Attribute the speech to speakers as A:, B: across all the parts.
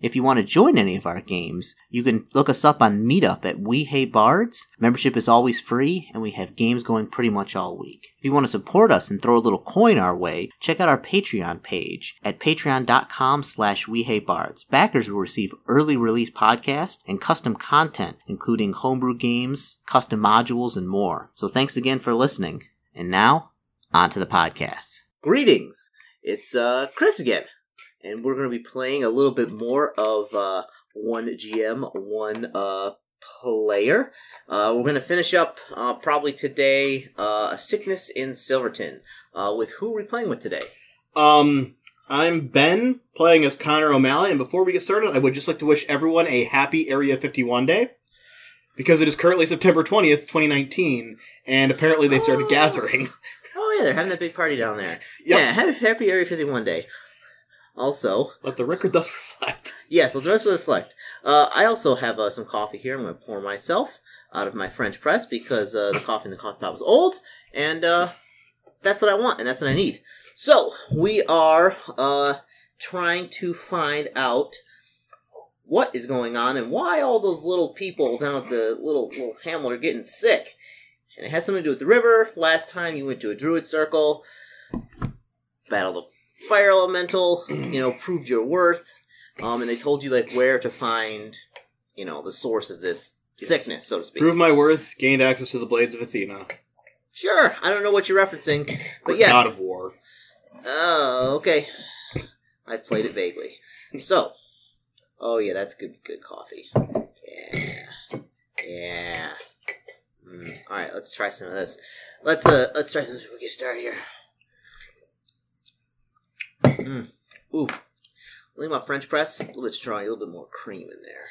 A: If you want to join any of our games, you can look us up on Meetup at We Hate Bards. Membership is always free, and we have games going pretty much all week. If you want to support us and throw a little coin our way, check out our Patreon page at patreon.com slash We Hate Bards. Backers will receive early release podcasts and custom content, including homebrew games, custom modules, and more. So thanks again for listening. And now, on to the podcasts. Greetings! It's uh, Chris again and we're going to be playing a little bit more of uh, one GM, one uh, player. Uh, we're going to finish up uh, probably today uh, a sickness in Silverton. Uh, with who are we playing with today?
B: Um, I'm Ben, playing as Connor O'Malley, and before we get started, I would just like to wish everyone a happy Area 51 Day, because it is currently September 20th, 2019, and apparently they've started
A: Oh.
B: gathering.
A: Oh yeah, they're having that big party down there.
B: Yep.
A: Yeah, happy, happy Area Fifty One Day. Also,
B: Let the record thus reflect.
A: Yes, let the rest reflect. Uh, I also have uh, some coffee here. I'm going to pour myself out of my French press because uh, the coffee in the coffee pot was old, and uh, that's what I want and that's what I need. So we are uh, trying to find out what is going on and why all those little people down at the little little hamlet are getting sick. And it has something to do with the river. Last time you went to a druid circle, battled a fire elemental, you know, proved your worth um, and they told you like where to find, you know, the source of this
B: Yes.
A: sickness, so to speak.
B: Prove my worth, gained access to the Blades of Athena.
A: Sure, I don't know what you're referencing, but
B: Or
A: yes.
B: God of War.
A: Oh, okay. I've played it vaguely. So, oh yeah, that's good. Good coffee. Yeah, yeah. Mm. All right, let's try some of this. Let's uh, let's try some before we get started here. Mm. Ooh, leave my French press a little bit strong, a little bit more cream in there.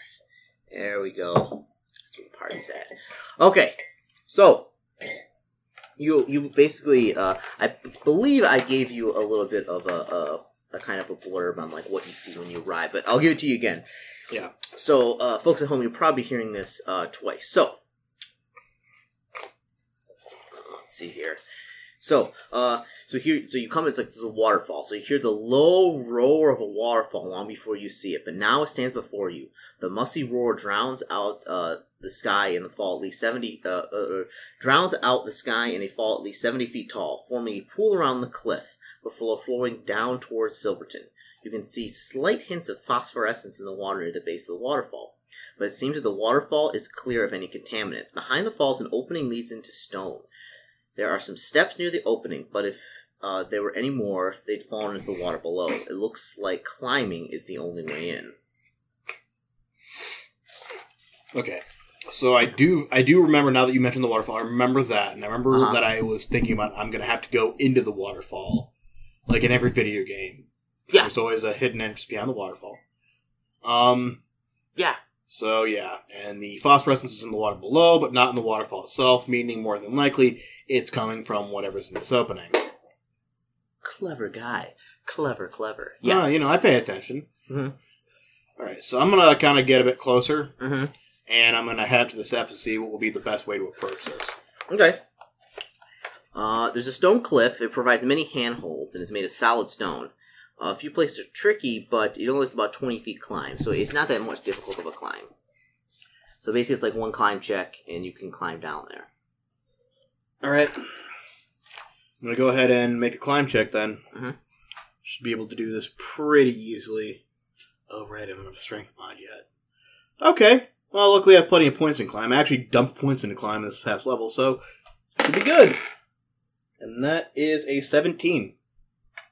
A: There we go. That's where the party's at. Okay, so you you basically uh, I b- believe I gave you a little bit of a, a a kind of a blurb on like what you see when you arrive, but I'll give it to you again.
B: Yeah.
A: So uh, folks at home, you're probably hearing this uh, twice. So let's see here. So uh, so here so you come it's like the waterfall. So you hear the low roar of a waterfall long before you see it, but now it stands before you. The musty roar drowns out uh, the sky in the fall at least seventy uh, uh, drowns out the sky in a fall at least 70 feet tall, forming a pool around the cliff before flowing down towards Silverton. You can see slight hints of phosphorescence in the water near the base of the waterfall, but it seems that the waterfall is clear of any contaminants. Behind the falls, an opening leads into stone. There are some steps near the opening, but if uh, there were any more, they'd fallen into the water below. It looks like climbing is the only way in.
B: Okay. So I do I do remember now that you mentioned the waterfall, I remember that, and I remember
A: Uh-huh.
B: that I was thinking about I'm gonna have to go into the waterfall. Like in every video game.
A: Yeah.
B: There's always a hidden entrance beyond the waterfall. Um
A: Yeah.
B: so yeah, and the phosphorescence is in the water below, but not in the waterfall itself, meaning more than likely it's coming from whatever's in this opening. Uh,
A: Clever guy. Clever, clever.
B: Yeah,
A: Yes.
B: you know, I pay attention.
A: Mhm.
B: Alright, so I'm gonna kinda get a bit closer
A: hmm
B: and I'm gonna head up to the steps and see what will be the best way to approach this.
A: Okay. Uh, there's a stone cliff. It provides many handholds and is made of solid stone. Uh, a few places are tricky, but it only is about 20 feet climb, so it's not that much difficult of a climb. So basically, it's like one climb check, and you can climb down there.
B: All right. I'm going to go ahead and make a climb check then.
A: Mhm.
B: Should be able to do this pretty easily. Oh, right. I don't have a strength mod yet. Okay. Well, luckily I have plenty of points in climb. I actually dumped points into climb this past level, so should be good. And that is a 17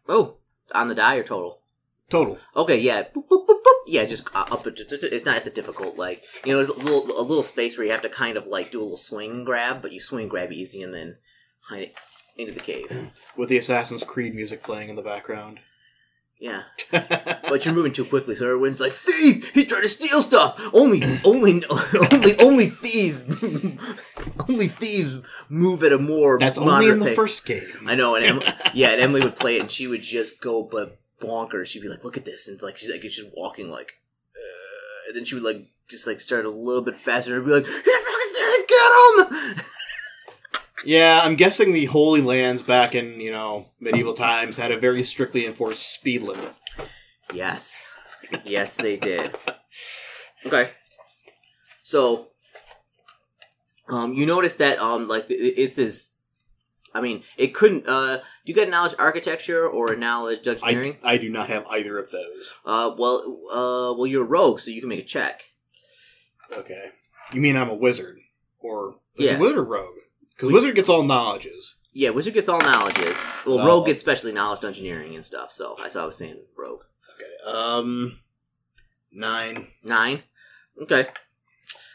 A: Oh, on the die or total?
B: total.
A: Okay, yeah, boop, boop, boop, boop. yeah, just uh, up. it- it- It's not that difficult. Like you know, there's a little a little space where you have to kind of like do a little swing and grab, but you swing and grab easy, and then hide it into the cave.
B: With the Assassin's Creed music playing in the background.
A: Yeah.
B: but
A: But you're moving too quickly, so everyone's like, "Thief! He's trying to steal stuff! Only, only, only, only thieves, only thieves move at a more
B: That's only
A: moderate
B: in the
A: pace."
B: first game.
A: I know, and em- yeah, and Emily would play it, and she would just go but bonkers. She'd be like, "Look at this," and like she's like she's just walking like, uh, and then she would like just like start a little bit faster and be like, "Yeah, fucking dude, "Get him!"
B: Yeah, I'm guessing the Holy Lands back in, you know, medieval times had a very strictly enforced speed limit.
A: Yes, yes, they did. Okay, so um, you notice that um, like it- it's this. I mean, it couldn't. Uh, do you got knowledge architecture or knowledge engineering?
B: I, I do not have either of those.
A: Uh, well, uh, well, you're a rogue, so you can make a check.
B: Okay. You mean I'm a wizard? Or is
A: Yeah.
B: a wizard or rogue? Because wizard gets all knowledges.
A: Yeah, wizard gets all knowledges. Well,
B: Well-
A: rogue gets specially knowledge engineering and stuff. So that's why I was saying rogue
B: Okay. Um, nine.
A: nine. Okay,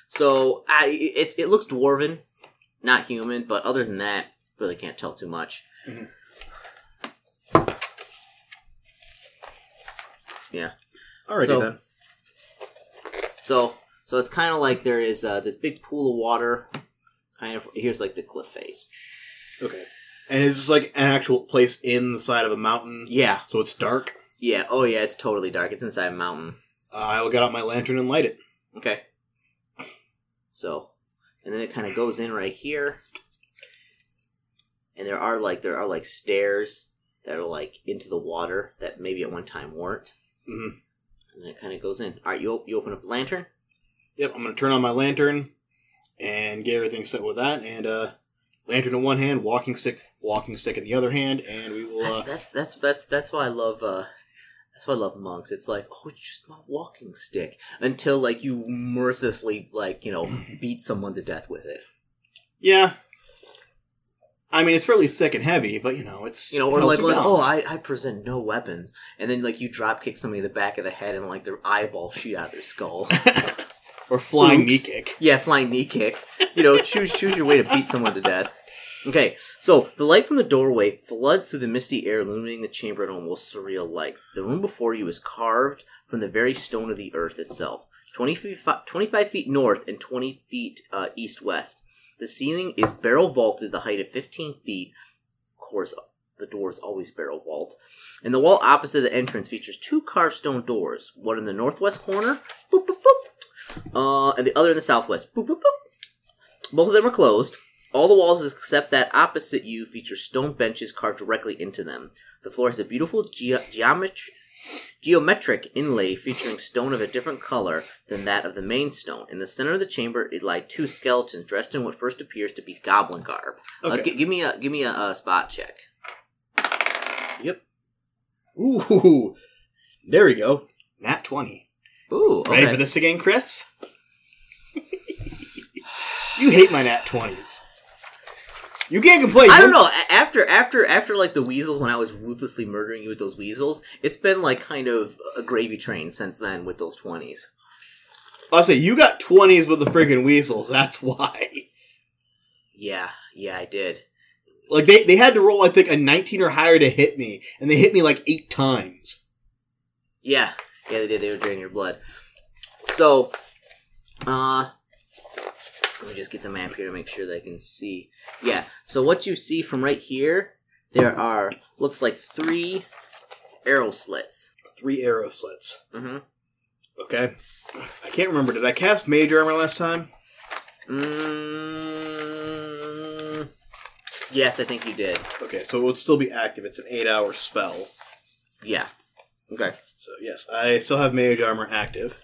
A: so I it's it looks dwarven, not human, but other than that, really can't tell too much.
B: Mhm.
A: Yeah,
B: Alrighty
A: So-
B: then.
A: so so it's kind of like there is uh, this big pool of water. Kind of here's like the cliff face.
B: Okay. And is this like an actual place in the side of a mountain?
A: Yeah,
B: So it's dark.
A: yeah. Oh yeah, it's totally dark. It's inside a mountain.
B: Uh, I will get out my lantern and light it.
A: Okay. So, and then it kind of goes in right here, and there are like there are like stairs that are like into the water that maybe at one time weren't,
B: Mhm.
A: and then it kind of goes in. All right, you op- you open up the lantern.
B: Yep, I'm going to turn on my lantern and get everything set with that. And uh, lantern in one hand, walking stick, walking stick in the other hand, and we will.
A: That's
B: Uh,
A: that's that's that's, that's why I love. uh that's why I love monks. It's like, oh, it's just my walking stick. Until like you mercilessly like you know beat someone to death with it.
B: yeah. I mean, it's really thick and heavy, but you know, it's
A: you know,
B: it
A: or
B: helps
A: like,
B: with
A: like, oh,
B: balance.
A: I, I present no weapons, and then like you drop kick somebody in the back of the head, and like their eyeball shoot out of their skull.
B: or flying knee
A: Oops.
B: kick.
A: yeah, flying knee kick. You know, choose choose your way to beat someone to death. Okay, so the light from the doorway floods through the misty air, illuminating the chamber in almost surreal light. The room before you is carved from the very stone of the earth itself. 20 feet, fi- 25 feet north and 20 feet uh, east west. The ceiling is barrel vaulted the height of 15 feet. Of course, the doors always barrel vault. And the wall opposite the entrance features two carved stone doors, one in the northwest corner, boop, boop, boop, uh, and the other in the southwest. Boop, boop, boop. Both of them are closed. All the walls except that opposite you feature stone benches carved directly into them. The floor has a beautiful ge- geometry. Geometric inlay featuring stone of a different color than that of the main stone. In the center of the chamber, it lie two skeletons dressed in what first appears to be goblin garb. Uh,
B: Okay.
A: gi- give me a give me a, uh spot check.
B: Yep. Ooh, there we go. Nat twenty.
A: Ooh, okay.
B: Ready for this again, Chris? you hate my nat twenties. You can't complain.
A: I don't
B: You're-
A: know. a- After after after like the weasels, when I was ruthlessly murdering you with those weasels, it's been like kind of a gravy train since then with those twenties.
B: I'll say you got twenties with the friggin' weasels. That's why.
A: Yeah, yeah, I did.
B: Like they, they had to roll, I think, a nineteen or higher to hit me, and they hit me like eight times.
A: Yeah, yeah, they did. They were draining your blood. So, uh, let me just get the map here to make sure that I can see. Yeah. So what you see from right here, there are looks like three arrow slits.
B: Three arrow slits.
A: Mm-hmm.
B: Okay. I can't remember. Did I cast mage armor last time?
A: Mm, yes, I think you did.
B: Okay, so it would still be active. It's an eight-hour spell.
A: Yeah. Okay.
B: So yes, I still have mage armor active,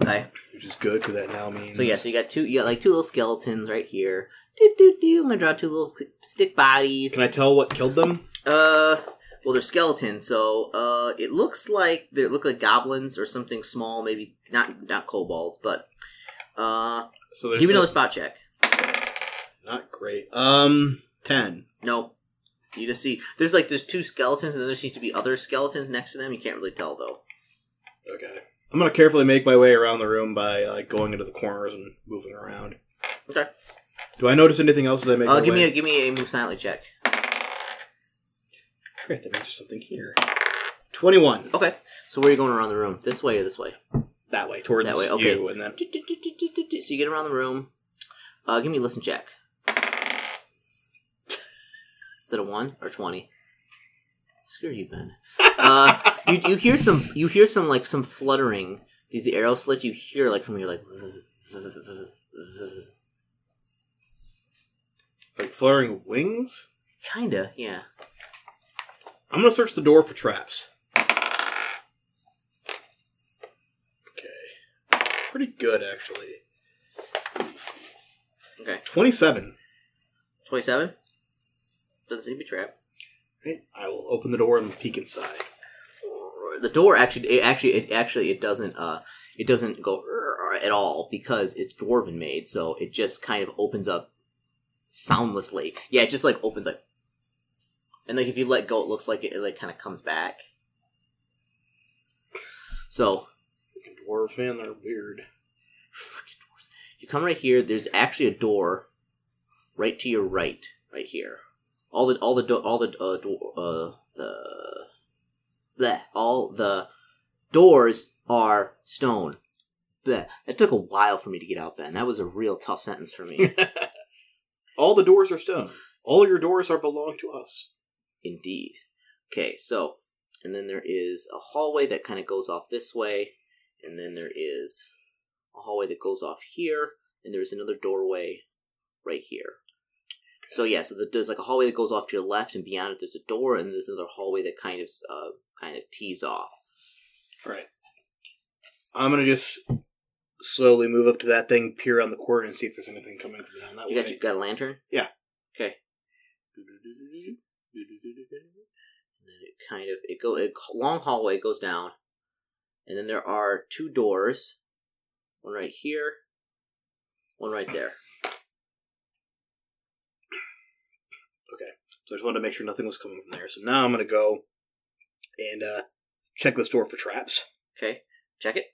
A: Okay.
B: which is good because that now means
A: So yeah, so you got two, you got like two little skeletons right here. Do do do. I'm gonna draw two little sk- stick bodies.
B: Can I tell what killed them?
A: Uh, well, they're skeletons, so uh, it looks like they look like goblins or something small, maybe not not kobolds, but uh,
B: So there's
A: give me
B: no-
A: another spot check.
B: not great. Um, ten.
A: No, you just see there's like there's two skeletons, and then there seems to be other skeletons next to them. You can't really tell though.
B: Okay. I'm gonna carefully make my way around the room by uh, like going into the corners and moving around.
A: Okay.
B: Do I notice anything else as I make?
A: Uh,
B: my
A: give
B: way?
A: me a give me a move silently check.
B: Great, that means there's something here. Twenty-one.
A: Okay, so where are you going around the room? This way or this way?
B: That way, towards
A: That way, okay.
B: you, and then
A: So you get around the room. Uh, give me a listen check. Is it a one or twenty?
C: Screw you, Ben. Uh, you, you hear some you hear some like some fluttering. These arrow slits you hear like from you're like
B: Like fluttering wings?
C: kinda yeah.
B: I'm gonna search the door for traps. Okay. Pretty good, actually.
A: Okay.
B: 27.
A: Twenty-seven. Doesn't seem to be trapped.
B: Right? I will open the door and peek inside.
A: The door actually, it actually, it actually, it doesn't. Uh, it doesn't go "Rrr" at all because it's dwarven made, so it just kind of opens up soundlessly. Yeah, it just like opens like, and like if you let go, it looks like it, it like kind of comes back. So
B: Dwarves, man, they're weird.
A: You come right here. There's actually a door, right to your right, right here. All the all the do- all the uh, do- uh the bleh, all the doors are stone. Bleh. That took a while for me to get out, Ben. That was a real tough sentence for me.
B: All the doors are stone. All your doors are belong to us.
A: Indeed. Okay, so and then there is a hallway that kind of goes off this way, and then there is a hallway that goes off here, and there's another doorway right here. So yeah, so the, there's like a hallway that goes off to your left, and beyond it there's a door, and there's another hallway that kind of uh, kind of tees off.
B: Alright. I'm gonna just slowly move up to that thing, peer around the corner, and see if there's anything coming from down that
A: You
B: way.
A: got you got a lantern?
B: Yeah.
A: Okay. And then it kind of it go it long hallway goes down, and then there are two doors, one right here, one right there.
B: So I just wanted to make sure nothing was coming from there. So now I'm gonna go and uh, check this door for traps.
A: Okay, check it.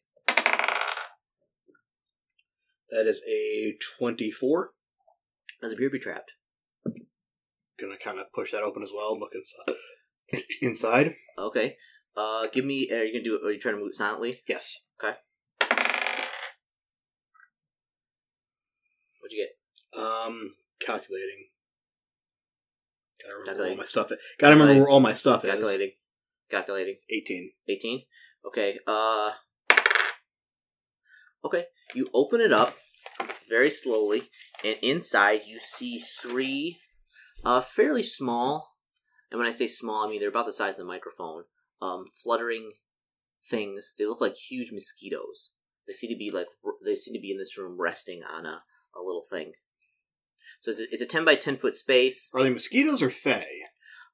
B: That is a 24.
A: Does appear to be trapped.
B: Gonna kind of push that open as well and look inside. inside?
A: Okay. Uh, give me. Are you gonna do? Are you trying to move it silently?
B: Yes.
A: What'd you get?
B: Um, calculating. Gotta remember where all
A: Calculating.
B: my stuff. Is. Gotta remember where all my stuff is.
A: Calculating. Calculating.
B: 18.
A: 18 okay uh okay you open it up very slowly and inside you see three uh fairly small and when i say small i mean they're about the size of the microphone um fluttering things they look like huge mosquitoes they seem to be like r- they seem to be in this room resting on a, a little thing so it's a, it's a 10 by 10 foot space
B: Are they mosquitoes or fae?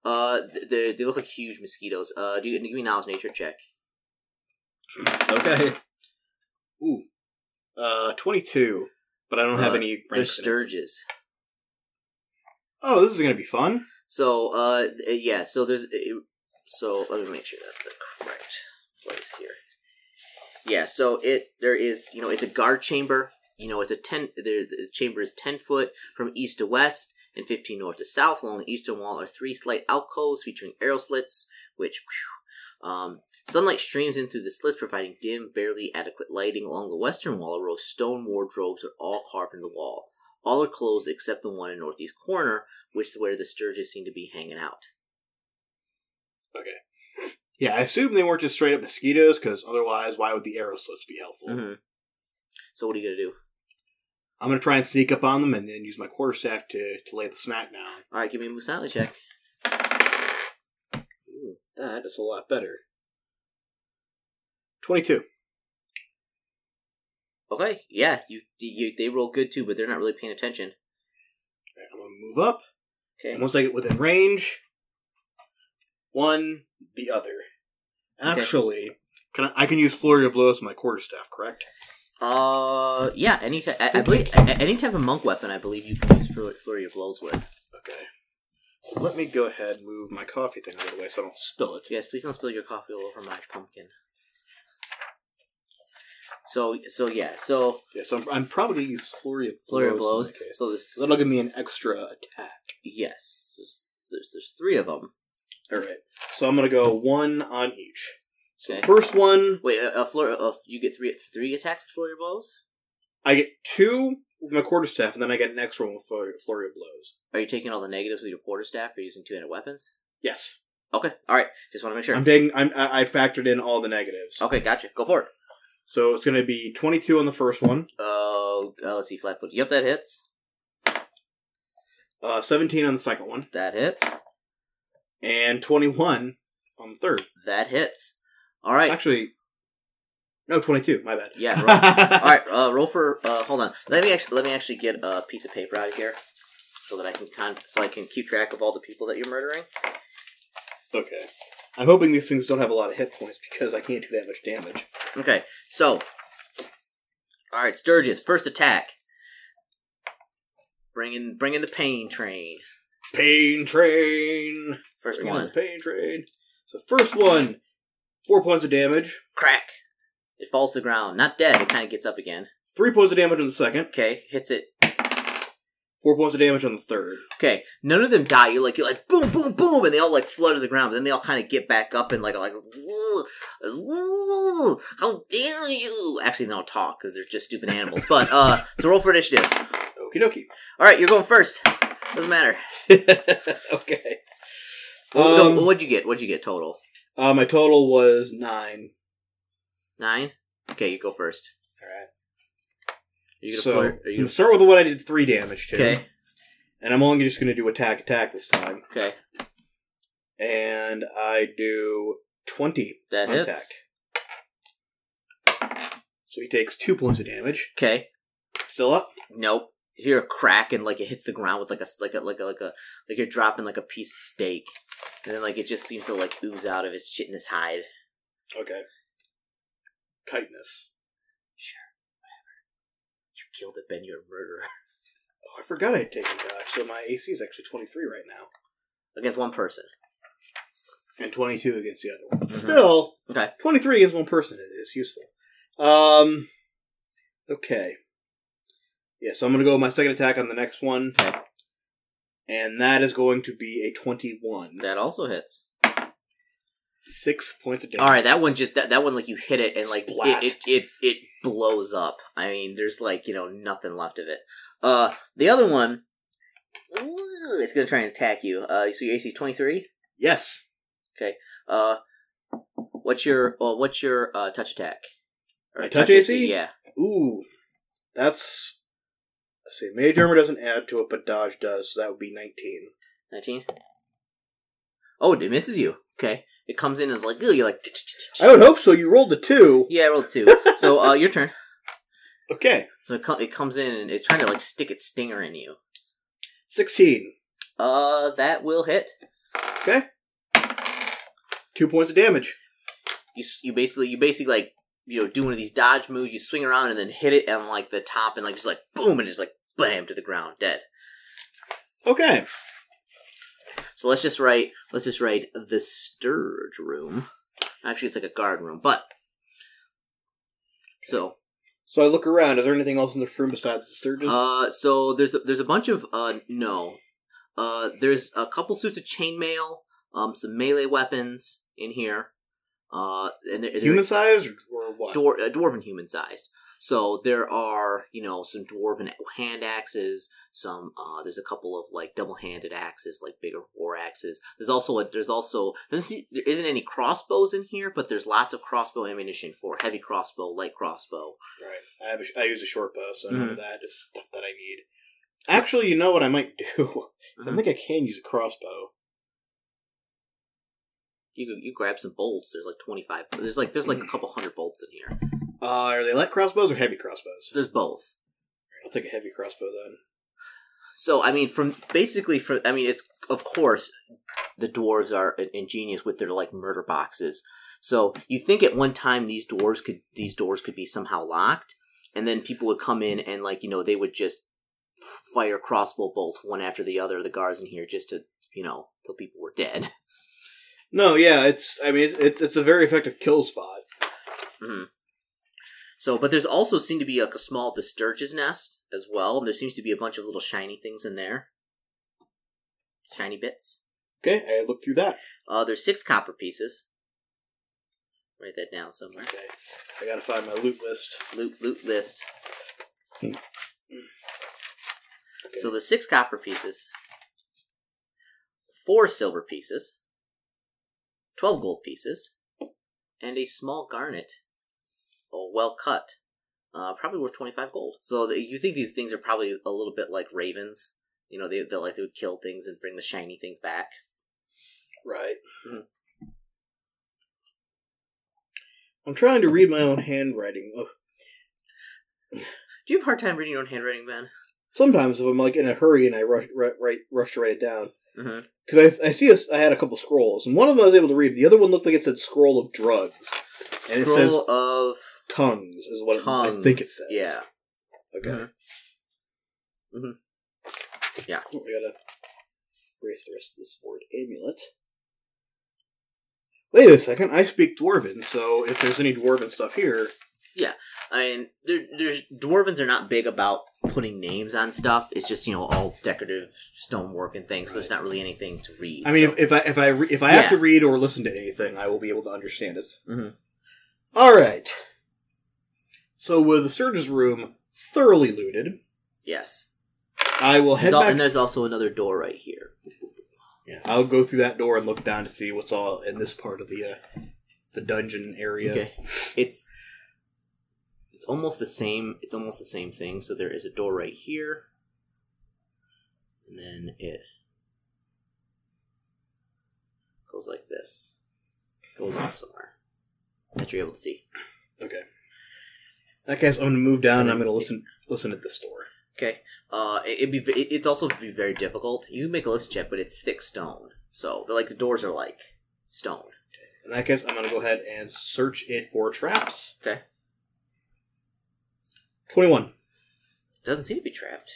A: uh th- they, they look like huge mosquitoes uh do you give me a knowledge nature check
B: Okay. Ooh. Uh, 22. But I don't have
A: Uh,
B: any.
A: they're
B: ranks in it.
A: sturges
B: oh, this is gonna be fun.
A: So, uh, th- yeah, so there's, it- so let me make sure that's the correct place here. Yeah, so it, there is, you know, it's a guard chamber, you know, it's a 10, there, the chamber is 10 foot from east to west and 15 north to south. Along the eastern wall are three slight alcoves featuring arrow slits, which, whew, um, sunlight streams in through the slits, providing dim, barely adequate lighting. Along the western wall, a row of stone wardrobes are all carved in the wall. All are closed except the one in northeast corner, which is where the sturges seem to be hanging out.
B: Yeah, I assume they weren't just straight up mosquitoes, because otherwise, why would the arrow slits be helpful?
A: Mm-hmm. So what are you gonna do?
B: I'm gonna try and sneak up on them and then use my quarterstaff to to lay the snack down.
A: All right, give me a move silently check.
B: Ooh, that is a lot better. Twenty-two.
A: Okay, yeah, you, you they roll good too, but they're not really paying attention.
B: Alright, I'm gonna move up,
A: Okay,
B: and once I get within range, one the other.
A: Okay.
B: Actually, can I, I can use flurry of blows with my quarterstaff? Correct.
A: uh, yeah, any ti- I, I believe a- a- any type of monk weapon, I believe you can use flurry, flurry of blows with.
B: Okay. So let me go ahead and move my coffee thing out of the way so I don't spill it.
A: Yes, please don't spill your coffee all over my pumpkin. So so yeah, so
B: Yes, I'm, I'm probably gonna use flurry of
A: flurry of blows.
B: blows. in my case.
A: So this
B: That'll give me an extra attack.
A: yes, there's, there's, there's three of them.
B: All right. So I'm gonna go one on each. So
A: Okay.
B: the first one,
A: Wait, a, a flurry of you get three three attacks with flurry of blows.
B: I get two with my quarterstaff, and then I get an extra one with flurry, flurry of blows.
A: Are you taking all the negatives with your quarterstaff for using two-handed weapons?
B: Yes.
A: Okay. All right. Just want to make sure. Oh.
B: I'm taking. I'm, I I factored in all the negatives.
A: okay. Gotcha. Go for it.
B: So it's going to be 22 on the first one,
A: Oh, uh, let's see. Flat foot. Yep, that hits.
B: uh, 17 on the second one,
A: That hits.
B: and 21 on the third.
A: That hits. All right.
B: Actually, no, 22. My bad.
A: yeah. Roll. All right. Uh, roll for. Uh, hold on. Let me actually. Let me actually get a piece of paper out of here, so that I can con- so I can keep track of all the people that you're murdering.
B: Okay. I'm hoping these things don't have a lot of hit points because I can't do that much damage.
A: Okay. So. All right, Sturgis. First attack. Bring in, bring in the pain train.
B: Pain train.
A: First
B: Bring on
A: one.
B: the pain train. So first one, four points of damage.
A: Crack. It falls to the ground. Not dead. It kind of gets up again.
B: Three points of damage on the second.
A: Okay. Hits it
B: Four points of damage on the third.
A: Okay, none of them die. You like you're like boom, boom, boom, and they all like flood to the ground. But then they all kind of get back up and like are like, "Ooh, ooh, how dare you? Actually, they don't talk because they're just stupid animals. But uh, so roll for initiative.
B: Okie dokie.
A: All right, you're going first. Doesn't matter.
B: okay.
A: What-
B: Um,
A: what'd you get? What'd you get total?
B: Uh, my total was nine.
A: Nine. Okay, you go first.
B: All right.
A: Are you gonna
B: so
A: flirt? Are
B: I'm
A: you
B: gonna
A: gonna...
B: start with the one I did three damage to,
A: Okay.
B: and I'm only just gonna do attack attack this time,
A: Okay,
B: and I do twenty
A: that
B: on
A: hits.
B: attack. So he takes two points of damage.
A: Okay.
B: Still up.
A: Nope. You Hear a crack and like it hits the ground with like a s- like a like a like a like you're dropping like a piece of steak, and then like it just seems to like ooze out of his chitinous hide.
B: Okay. Chitinous.
A: You killed it, Ben. You're a murderer.
B: Oh, I forgot I had taken dodge, so my AC is actually twenty three right now,
A: Against one person.
B: and twenty two against the other one.
A: Mhm.
B: Still,
A: Okay.
B: twenty three against one person is useful. Um. Okay. Yeah, so I'm gonna go with my second attack on the next one.
A: Okay.
B: And that is going to be a 21.
A: That also hits.
B: Six points of damage.
A: All right, that one just that, that one like you hit it and like
B: Splat.
A: it, it it it blows up. I mean, there's like you know nothing left of it. Uh, the other one, ooh, it's gonna try and attack you. Uh, so your AC's twenty three.
B: Yes.
A: Uh, what's your well, what's your uh touch attack?
B: My touch AC?
A: Yeah.
B: Ooh. That's. Let's see. Mage armor doesn't add to it, but dodge does, so that would be 19.
A: Nineteen. Oh, it misses you. Okay, it comes in as like ooh, you're like. "Tch-tch-tch-tch."
B: I would hope so. You rolled a 2.
A: Yeah, I rolled two. So uh, your turn.
B: Okay.
A: So it, com- it comes in and it's trying to like stick its stinger in you.
B: 16.
A: Uh, that will hit.
B: Okay. Two points of damage.
A: You s- you basically you basically like you know do one of these dodge moves. You swing around and then hit it on like the top and like just like boom and just like bam to the ground dead.
B: Okay.
A: So let's just write let's just write the Sturge room. Actually, it's like a guard room, but so
B: So I look around. Is there anything else in the room besides the surges?
A: Uh, so there's a, there's a bunch of uh no, uh there's a couple suits of chainmail, um some melee weapons in here, uh and they're, they're
B: Human size or, or what?
A: dwar- uh, dwarven human sized. So there are you know some dwarven hand axes, some uh there's a couple of like double handed axes like bigger war axes. There's also a there's also there's, there isn't any crossbows in here, but there's lots of crossbow ammunition for heavy crossbow, light crossbow.
B: Right. I have. A, sh- I use a short bow, so none of that is stuff that I need. Actually, you know what I might do? I
A: Mhm.
B: think I can use a crossbow.
A: You could, you grab some bolts. There's like twenty five. There's like there's like a couple hundred bolts in here.
B: Uh, are they light crossbows or heavy crossbows?
A: There's both.
B: I'll take a heavy crossbow then.
A: So I mean, from basically from I mean, it's of course the dwarves are in- ingenious with their like murder boxes. So you think at one time these doors could these doors could be somehow locked, and then people would come in and like you know they would just fire crossbow bolts one after the other the guards in here just to you know till people were dead.
B: No, yeah, it's. I mean, it's it's a very effective kill spot.
A: So, but there's also seemed to be like a small the Sturge's nest as well, and there seems to be a bunch of little shiny things in there, shiny bits.
B: Okay, I look through that.
A: Uh, there's six copper pieces. Write that down somewhere.
B: Okay, I gotta find my loot list.
A: Loot, loot list.
B: Okay.
A: So there's six copper pieces, four silver pieces, 12 gold pieces, and a small garnet, oh, well cut, uh, probably worth 25 gold. So the, you think these things are probably a little bit like ravens. You know, they, they like to kill things and bring the shiny things back.
B: Right.
A: Mhm.
B: I'm trying to read my own handwriting. Ugh.
A: Do you have a hard time reading your own handwriting, Ben?
B: Sometimes if I'm like in a hurry and I rush, ru- right, rush to write it down,
A: Mm-hmm.
B: because I, I see a s I had a couple scrolls, and one of them I was able to read. The other one looked like it said "scroll of drugs." And it
A: Scroll
B: says-
A: of
B: Tongues is what it-
A: tongues.
B: I think it says.
A: Yeah.
B: Okay.
A: Mhm. Mhm. Yeah.
B: I Oh, gotta erase the rest of this word amulet. Wait a second. I speak dwarven, so if there's any dwarven stuff here,
A: I mean, there, there's dwarvens are not big about putting names on stuff. It's just you know all decorative stonework and things. So there's not really anything to read.
B: I mean,
A: so-
B: if, if I if I re- if I have to read or listen to anything, I will be able to understand it.
A: Mhm.
B: All right. So with the Surge's room thoroughly looted,
A: yes.
B: I will head
A: There's al-
B: back.
A: and there's also another door right here.
B: Yeah, I'll go through that door and look down to see what's all in this part of the uh, the dungeon area.
A: Okay, it's it's almost the same. It's almost the same thing. So there is a door right here, and then it goes like this. Goes off somewhere that you're able to see.
B: Okay. In that case, I'm gonna move down and I'm gonna listen listen at this door.
A: Okay. Uh, it, it'd be ve- it- it's also be very difficult. You can make a list check, but it's thick stone, so they're like the doors are like stone.
B: In that case, I'm gonna go ahead and search it for traps.
A: Okay.
B: Twenty one.
A: Doesn't seem to be trapped.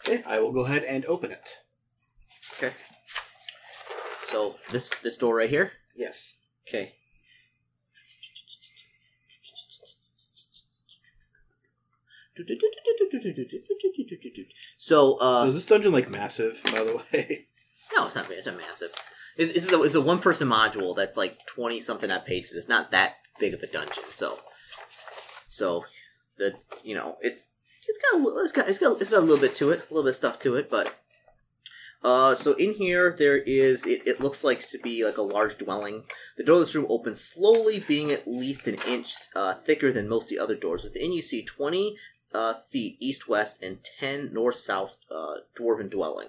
B: Okay, I will go ahead and open it.
A: Okay. So this this door right here.
B: Yes.
A: Okay. So,
B: so
A: uh,
B: is this dungeon like massive? By the way.
A: no, it's not. It's not massive. This this is a, it's a one-person module that's like twenty something odd pages. It's not that big of a dungeon. So, so the you know it's it's got a little, it's got it's got it's got a little bit to it, a little bit of stuff to it, but uh, so in here there is it, it looks like to be like a large dwelling. The door of this room opens slowly, being at least an inch uh, thicker than most of the other doors. Within you see twenty uh, feet east west and ten north south uh, dwarven dwelling.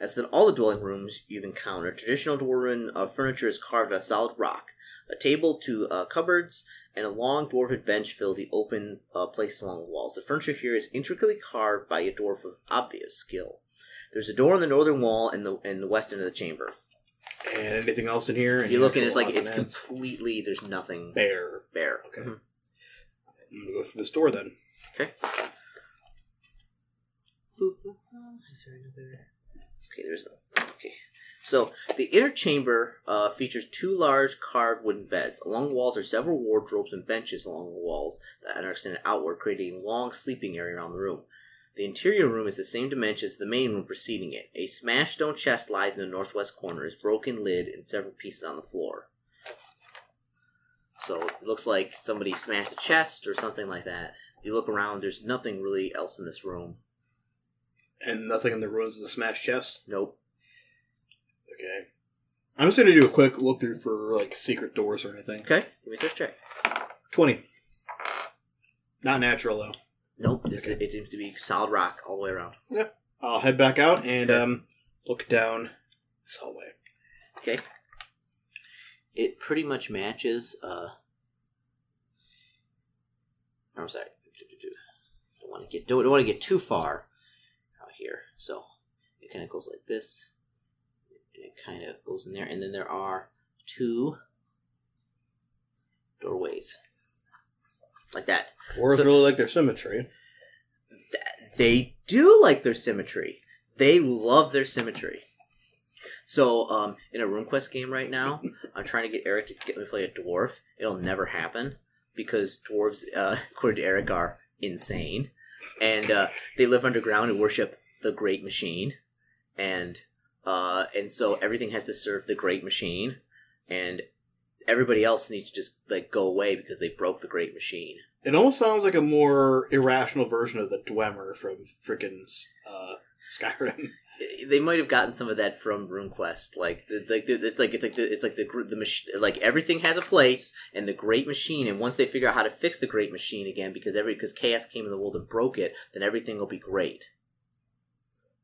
A: As in all the dwelling rooms you've encountered, traditional dwarven uh, furniture is carved out of solid rock. A table, two uh, cupboards, and a long dwarven bench fill the open uh, place along the walls. The furniture here is intricately carved by a dwarf of obvious skill. There's a door on the northern wall and the and the west end of the chamber.
B: And anything else in here? Any
A: You look and it's
B: actual
A: like
B: odds and
A: it's
B: ends?
A: completely there's nothing
B: bare.
A: bare.
B: Okay.
A: Mhm.
B: I'm gonna go through this door then.
A: Okay. Oh, Is there another? Okay, there's okay. So the inner chamber uh, features two large carved wooden beds. Along the walls are several wardrobes and benches along the walls that are extended outward, creating a long sleeping area around the room. The interior room is the same dimensions as the main room preceding it. A smashed stone chest lies in the northwest corner, its broken lid in several pieces on the floor. So it looks like somebody smashed a chest or something like that. You look around, there's nothing really else in this room.
B: And nothing in the ruins of the smashed chest.
A: Nope.
B: Okay. I'm just gonna do a quick look through for like secret doors or anything.
A: Okay, give me a search check.
B: Twenty. Not natural though.
A: Nope, this is, it seems to be solid rock all the way around.
B: I'll head back out and
A: Okay.
B: um look down this hallway.
A: Okay. It pretty much matches. Uh, I'm sorry. Don't want to get don't, want to get too far out here. So it kind of goes like this. And it kind of goes in there, and then there are two doorways like that.
B: Or
A: So-
B: really like their symmetry.
A: they do like their symmetry. They love their symmetry. So, um, in a RuneQuest game right now, I'm trying to get Eric to get me to play a dwarf. It'll never happen because dwarves, uh, according to Eric, are insane, and uh, they live underground and worship the Great Machine, and uh, and so everything has to serve the Great Machine, and everybody else needs to just like go away because they broke the Great Machine.
B: It almost sounds like a more irrational version of the Dwemer from frickin' uh, Skyrim.
A: they might have gotten some of that from RuneQuest. Like, the, like the, it's like it's like the, it's like the gr- the mach- like everything has a place and the great machine. And once they figure out how to fix the great machine again, because every because chaos came in the world and broke it, then everything will be great.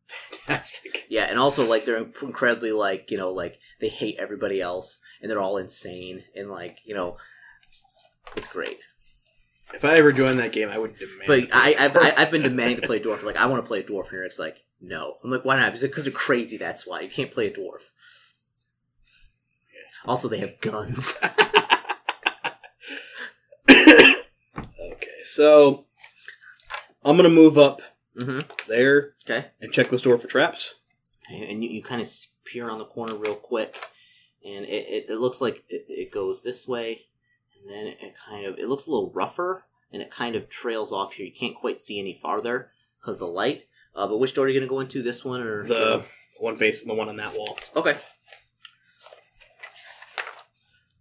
B: Fantastic.
A: Yeah, and also like they're incredibly like you know like they hate everybody else and they're all insane and like you know it's great.
B: If I ever joined that game, I would demand.
A: But
B: it.
A: I, I've I, I've been demanding to play a dwarf. Like I want to play a dwarf, and Eric's like, no. I'm like, why not? He's like, because they're crazy. That's why you can't play a dwarf. Also, they have guns.
B: okay, so I'm gonna move up
A: hmm
B: there
A: Okay,
B: and check this door for traps.
C: and you, you kind of peer around the corner real quick and it, it, it looks like it, it goes this way and then it kind of it looks a little rougher and it kind of trails off here you can't quite see any farther because the light
A: uh, but which door are you gonna go into? This one or
B: The one face, the one on that wall,
A: Okay,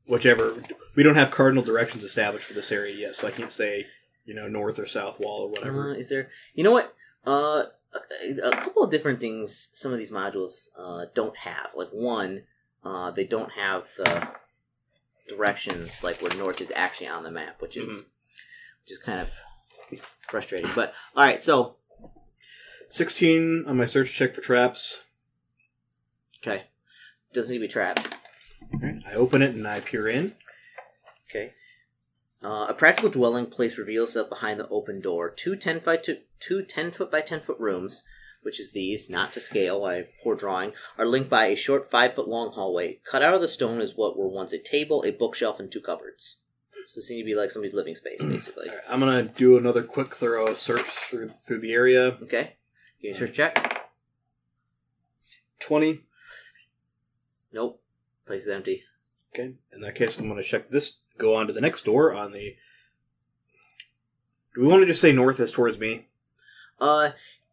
B: whichever. We don't have cardinal directions established for this area yet, so I can't say you know north or south wall or
A: uh,
B: whatever.
A: is there? You know what? Uh, a, a couple of different things. Some of these modules uh, don't have. Like one, uh, they don't have the directions like where north is actually on the map, which is
B: Mhm.
A: which is kind of frustrating. But all right, so
B: Sixteen on my search check for traps.
A: Okay. Doesn't need to be trapped.
B: I open it and I peer in.
A: Okay. Uh, a practical dwelling place reveals itself behind the open door. Two 10 by two, two 10 foot by 10 foot rooms, which is these, not to scale, I poor drawing, are linked by a short 5 foot long hallway. Cut out of the stone is what were once a table, a bookshelf, and two cupboards. So it seems to be like somebody's living space, basically.
B: All right, I'm gonna do another quick, thorough search through through the area.
A: Okay. You can search check?
B: Twenty.
A: Nope. Place is empty.
B: Okay. In that case, I'm gonna check this. Go on to the next door on the. Do we want to just say north is towards me?
A: Uh,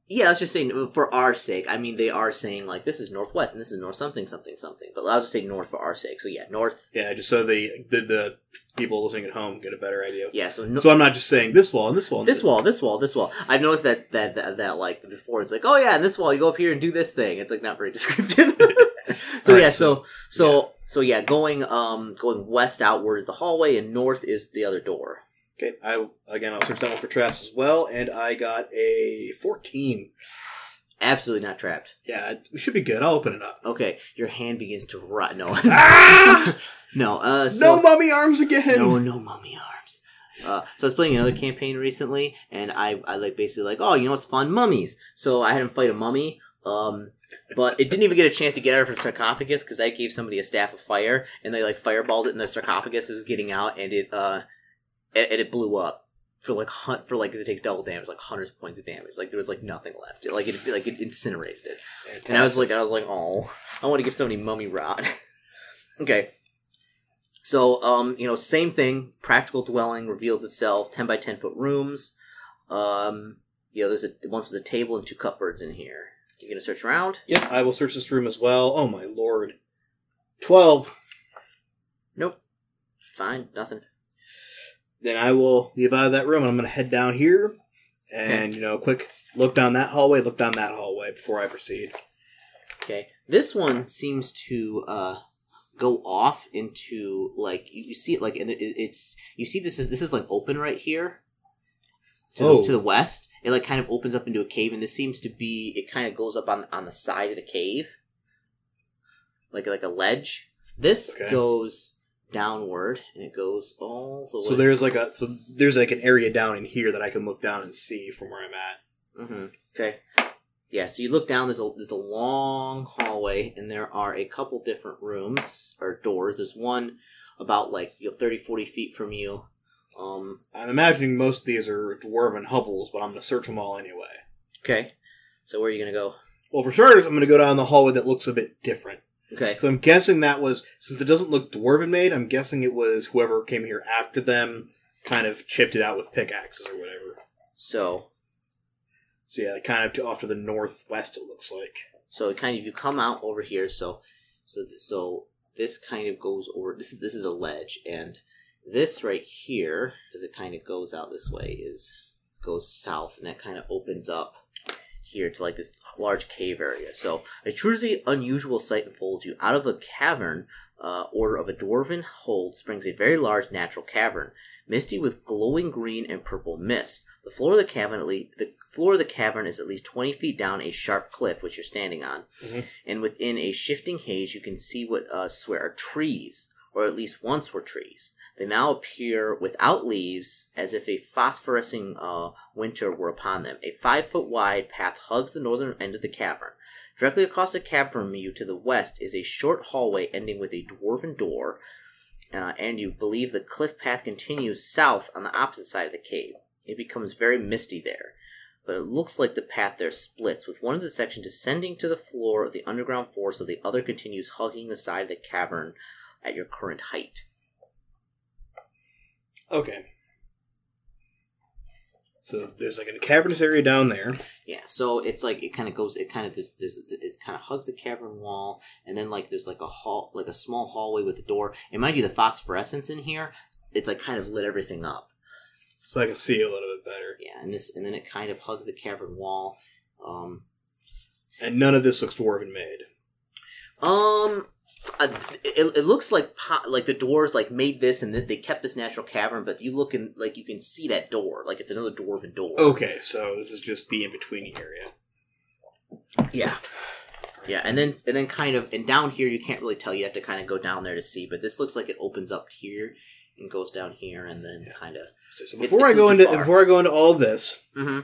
A: yeah, I was just saying uh, for our sake. I mean, they are saying like this is northwest and this is north something something something. But I'll just say north for our sake. So yeah, north.
B: Yeah, just so the the, the people listening at home get a better idea.
A: Yeah, so, no-
B: So I'm not just saying this wall and this wall. And
A: this wall, this wall, this wall. I've noticed that that, that that like before it's like oh yeah, and this wall you go up here and do this thing. It's like not very descriptive. so
B: All right,
A: yeah, so so so yeah, going um going west outward is the hallway and north is the other door.
B: Okay. I again, I'll search that one for traps as well, and I got a 14.
A: Absolutely not trapped.
B: Yeah, we should be good. I'll open it up.
A: Okay, your hand begins to rot. No,
B: Ah!
A: no, uh, so,
B: no mummy arms again.
C: no no mummy arms
A: Uh, so I was playing another campaign recently, and I, I like basically like, oh, you know what's fun? Mummies. So I had him fight a mummy, um, but it didn't even get a chance to get out of her sarcophagus because I gave somebody a staff of fire, and they like fireballed it, and the sarcophagus was getting out, and it uh, and, and it blew up for like hunt for like 'cause it takes double damage, like hundreds of points of damage. Like there was like nothing left. It, like it like it incinerated it, and I was like, I was like, oh, I want to give somebody mummy rot. okay. So, um, you know, same thing. Practical dwelling reveals itself. Ten by ten foot rooms. Um, you know, there's a once there's a table and two cupboards in here. You gonna search around?
B: Yep, I will search this room as well. Oh my lord. 12.
A: Nope. Fine. Nothing.
B: Then I will leave out of that room and I'm going to head down here and, you know, quick look down that hallway, look down that hallway before I proceed.
A: Okay.
C: this one seems to uh go off into like you, you see it like and it, it's you see this is this is like open right here to,
B: Oh.
C: the, to the west it like kind of opens up into a cave and this seems to be it kind of goes up on on the side of the cave
A: Like like a ledge. This
B: Okay.
C: goes downward and it goes all the way
B: So there's like a so there's like an area down in here that I can look down and see from where I'm at.
C: Mhm.
A: Okay.
C: yeah so you look down there's a there's a long hallway and there are a couple different rooms or doors there's one about like you know 30 40 feet from you um
B: I'm imagining most of these are dwarven hovels, but I'm going to search them all anyway.
A: Okay. So where are you gonna go?
B: Well, for starters, I'm going to go down the hallway that looks a bit different.
A: Okay.
B: So I'm guessing that was since it doesn't look dwarven made. I'm guessing it was whoever came here after them kind of chipped it out with pickaxes or whatever.
A: So
B: So yeah, kind of to, off to the northwest. It looks like.
A: so it kind of you come out over here. So
C: so th- so this kind of goes over this this is a ledge and this right here because it kind of goes out this way is goes south and that kind of opens up
A: here to like this large cave area. So a truly unusual sight unfolds you. Out of a cavern, uh, order of a dwarven hold springs a very large natural cavern, misty with glowing green and purple mist. The floor of the cavern, at least, the floor of the cavern is at least twenty feet down a sharp cliff which you're standing on,
B: Mhm.
A: and within a shifting haze, you can see what uh, swear are trees, or at least once were trees. They now appear without leaves, as if a phosphorescing uh, winter were upon them. A five foot wide path hugs the northern end of the cavern. Directly across the cavern from you to the west is a short hallway ending with a dwarven door, uh, and you believe the cliff path continues south on the opposite side of the cave. It becomes very misty there, but it looks like the path there splits, with one of the sections descending to the floor of the underground forest, while the other continues hugging the side of the cavern at your current height.
B: Okay. So there's like a cavernous area down there.
A: Yeah, so it's like it kind of goes. It kind of there's, there's it kind of hugs the cavern wall, and then like there's like a hall, like a small hallway with a door. And mind you, the phosphorescence in here, it's like kind of lit everything up.
B: So I can see a little bit better.
A: Yeah, and this and then it kind of hugs the cavern wall. Um,
B: And none of this looks dwarven made.
A: um, uh, it, it looks like po- like the doors like made this, and th- they kept this natural cavern. But you look in like you can see that door, like it's another dwarven door.
B: Okay, so this is just the in between area.
A: Yeah. Yeah, and then and then kind of and down here you can't really tell. You have to kind of go down there to see. But this looks like it opens up here and goes down here, and then kind of.
B: So, so
A: It's-
B: before
A: it's
B: I go
A: too
B: into
A: far.
B: before I go into all this,
A: Mm-hmm.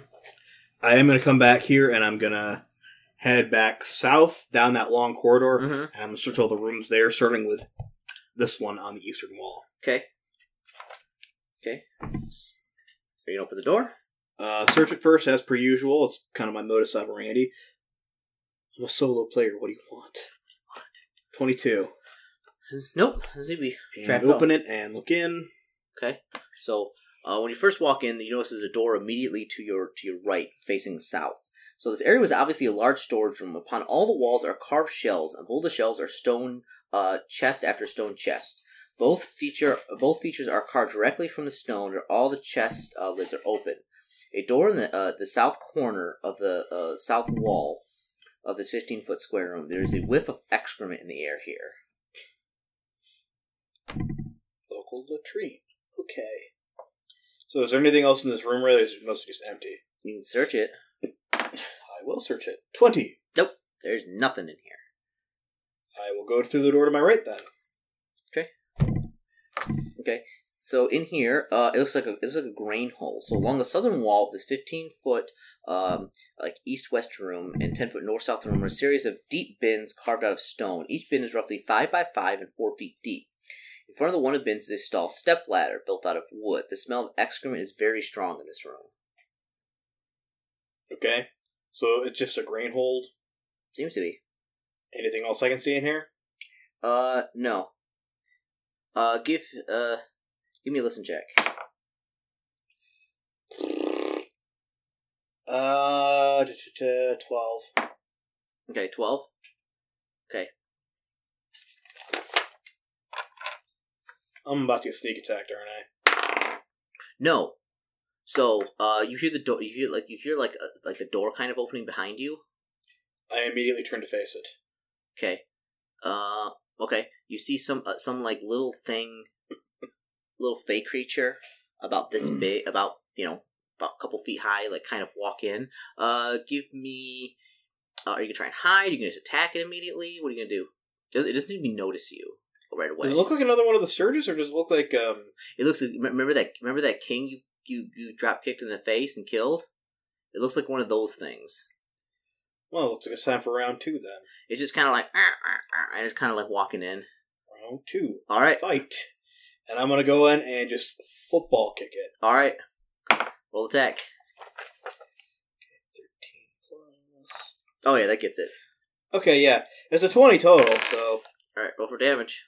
B: I am going to come back here and I'm going to head back south down that long corridor
A: Mhm.
B: and I'm going to search all the rooms there, starting with this one on the eastern wall.
A: Okay. Okay. Are you gonna open the door?
B: Uh, search it first, as per usual. It's kind of my modus operandi. I'm a solo player. What do you want? 22.
A: Nope. Zibby.
B: And
A: Trap
B: open it and look in.
A: Okay. So uh, when you first walk in, you notice there's a door immediately to your to your right, facing south. So this area was obviously a large storage room. Upon all the walls are carved shells, and below the shells are stone uh, chest after stone chest. Both feature both features are carved directly from the stone, and all the chest uh, lids are open. A door in the uh, the south corner of the uh, south wall of this 15 foot square room. There is a whiff of excrement in the air here.
B: Local latrine. Okay. So is there anything else in this room, really? or Is it mostly just empty?
A: You can search it.
B: I will search it. 20.
A: There's nothing in here.
B: I will go through the door to my right then.
A: Okay. So in here, uh, it looks like a it looks like a grain hole. So along the southern wall of this fifteen foot, um, like east west room and ten foot north south room are a series of deep bins carved out of stone. Each bin is roughly five by five and four feet deep. In front of the one of the bins is a stall step ladder built out of wood. The smell of excrement is very strong in this room.
B: Okay. So it's just a grain hold.
A: Seems to be.
B: Anything else I can see in here?
A: Uh, no. Uh, give uh, give me a listen check.
B: Uh, t- t- t- 12.
A: Okay, twelve.
B: I'm about to get sneak attacked, aren't I?
A: No. So, uh, you hear the door. You hear like you hear like uh, like the door kind of opening behind you.
B: I immediately turn to face it.
A: Okay. Uh. Okay. You see some uh, some like little thing, little fake creature about this big, about you know about a couple feet high, like kind of walk in. Uh, give me. Uh, are you gonna try and hide? Are you gonna just attack it immediately? What are you gonna do? It doesn't- It doesn't even notice you right away.
B: Does it look like another one of the surges, or does it look like um?
A: It looks. like- Remember that. Remember that king you you you drop kicked in the face and killed. It looks like one of those things.
B: Well, it looks like it's time for round two then.
A: It's just kind of like, "Ah, ah, ah," and it's kind of like walking in.
B: Round two,
A: All right,
B: fight, and I'm gonna go in and just football kick it.
A: all right. Roll attack. Oh yeah, that gets it.
B: Okay, yeah, it's a twenty total. So
A: All right, roll for damage.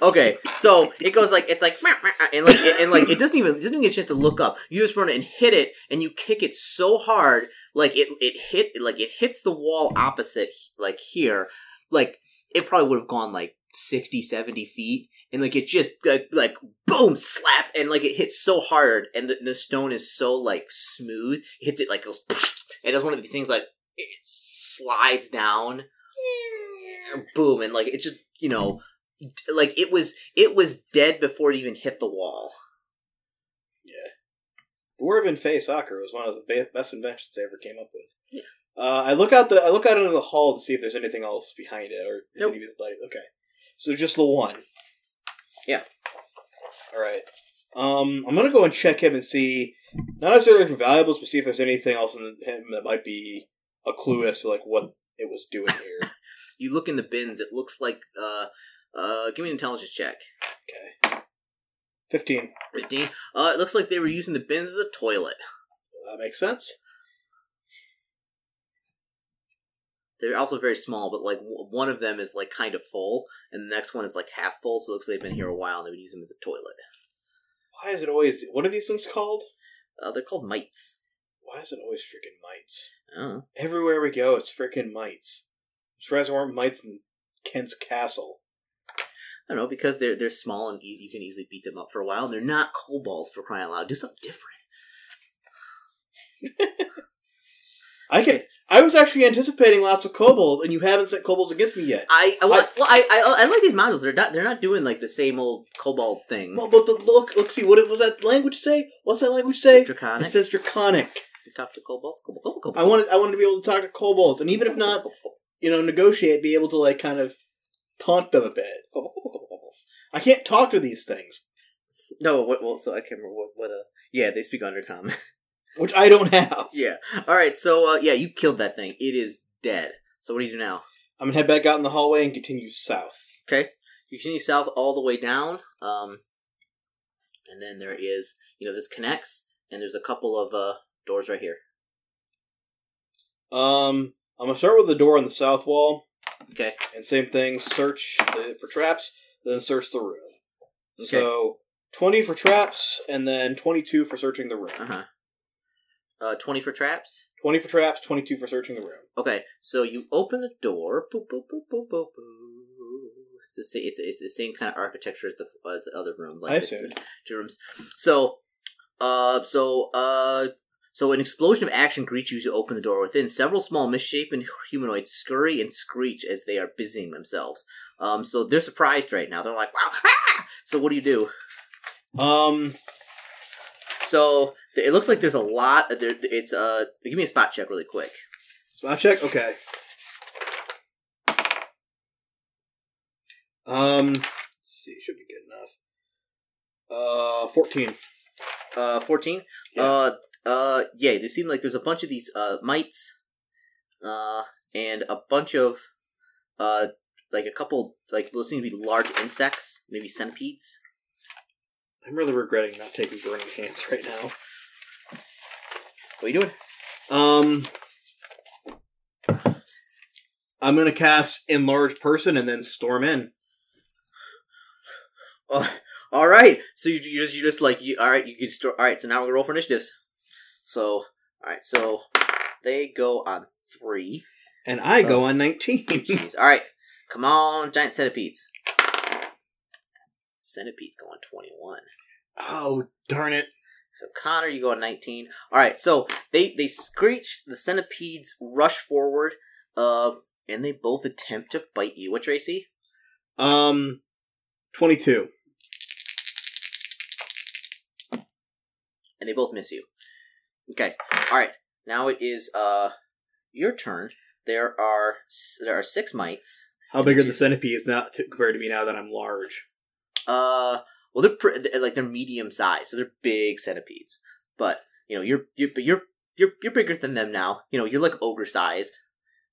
A: Okay, so it goes like it's like "Meow, meow," and like and like it doesn't even it doesn't even get a chance to look up. You just run it and hit it, and you kick it so hard like it it hit like it hits the wall opposite like here, like it probably would have gone like 60, 70 feet, and like it just like, like boom, slap, and like it hits so hard, and the, the stone is so like smooth, it hits it like goes, and it's one of these things like it slides down, boom, and like it just you know, like it was it was dead before it even hit the wall.
B: Yeah. Dwarven Fey soccer was one of the be- best inventions I ever came up with.
A: Yeah.
B: Uh, I look out the I look out into the hall to see if there's anything else behind it or if
A: Nope.
B: any of his buddies. Okay, so just the one.
A: Yeah.
B: All right. Um, I'm gonna go and check him and see, not necessarily for valuables, but see if there's anything else in him that might be a clue as to like what it was doing here.
A: You look in the bins; it looks like uh, uh, give me an intelligence check.
B: okay. Fifteen.
A: 15. Uh, it looks like they were using the bins as a toilet.
B: That makes sense.
A: They're also very small, but like w- one of them is like kind of full, and the next one is like half full. So it looks like they've been here a while, and they would use them as a toilet.
B: Why is it always? What are these things called?
A: Uh, they're called mites.
B: Why is it always freaking mites?
A: Oh,
B: Everywhere we go, it's freaking mites. I'm surprised there weren't mites in Kent's castle.
A: I don't know because they're they're small and easy. You can easily beat them up for a while, and they're not cold balls for crying out loud. Do something different.
B: I can. I was actually anticipating lots of kobolds, and you haven't sent kobolds against me yet.
A: I, I, well, I, well, I, I, I like these modules. They're not they're not doing like the same old cobalt thing.
B: Well, but the, look, look, see what it was that language say? What's that language say?
A: Draconic.
B: It says draconic.
A: you talk to kobolds. Cobalt, cobalt,
B: I wanted, I wanted to be able to talk to kobolds,
A: Oh,
B: and even if not, you know, negotiate, be able to like kind of taunt them a bit. I can't talk to these things,
A: No, what, well, so I can't remember what, what uh, yeah, they speak undercommon.
B: which I don't have.
A: Yeah. All right. So uh, yeah, you killed that thing. It is dead. So what do you do now?
B: I'm gonna head back out in the hallway and continue south.
A: Okay. You continue south all the way down. Um, and then there is you know this connects and there's a couple of uh doors right here.
B: Um, I'm gonna start with the door on the south wall.
A: Okay.
B: and same thing search the, for traps then search the room
A: Okay.
B: so 20 for traps and then 22 for searching the room
A: Uh huh. Uh, twenty for traps.
B: 20 for traps 22 for searching the room
A: Okay. So you open the door. Boop boop boop boop boop boop. It's the same. It's, it's the same kind of architecture as the as the other room.
B: i
A: the-
B: assumed
A: two rooms. So, uh, so, uh, so an explosion of action greets you as you open the door. Within, several small misshapen humanoids scurry and screech as they are busying themselves. Um, so they're surprised right now. They're like, "Wow!" ah!" So what do you do?
B: um
A: So th- it looks like there's a lot. There, it's uh, give me a spot check really quick.
B: spot check okay um let's see should be good enough uh 14
A: Uh, fourteen.
B: Yeah.
A: Uh, uh, yeah. There seem like there's a bunch of these uh mites, uh, and a bunch of uh, like a couple like those seem to be large insects, maybe centipedes.
B: i'm really regretting not taking burning hands right now
A: What are you doing?
B: Um, I'm gonna cast enlarge person and then storm in.
A: Oh, all right. So you, you just you just like you all right. You can store. All right. So now we're gonna roll for initiatives. So all right. So they go on three.
B: and I go on 19.
A: Jeez. All right. Come on, giant centipedes. Centipedes go on twenty one.
B: oh, darn it.
A: So Connor, you go on 19. All right, so they they screech. The centipedes rush forward, uh, and they both attempt to bite you. What's your AC?
B: Um, 22.
A: And they both miss you. Okay. All right. Now it is uh your turn. There are s- there are six mites.
B: How big are the centipedes now t- compared to me now that I'm large?
A: Uh, well, they're pre- they're, like they're medium sized, so they're big centipedes. But you know you're you're but you're you're you're bigger than them now. You know you're like ogre sized.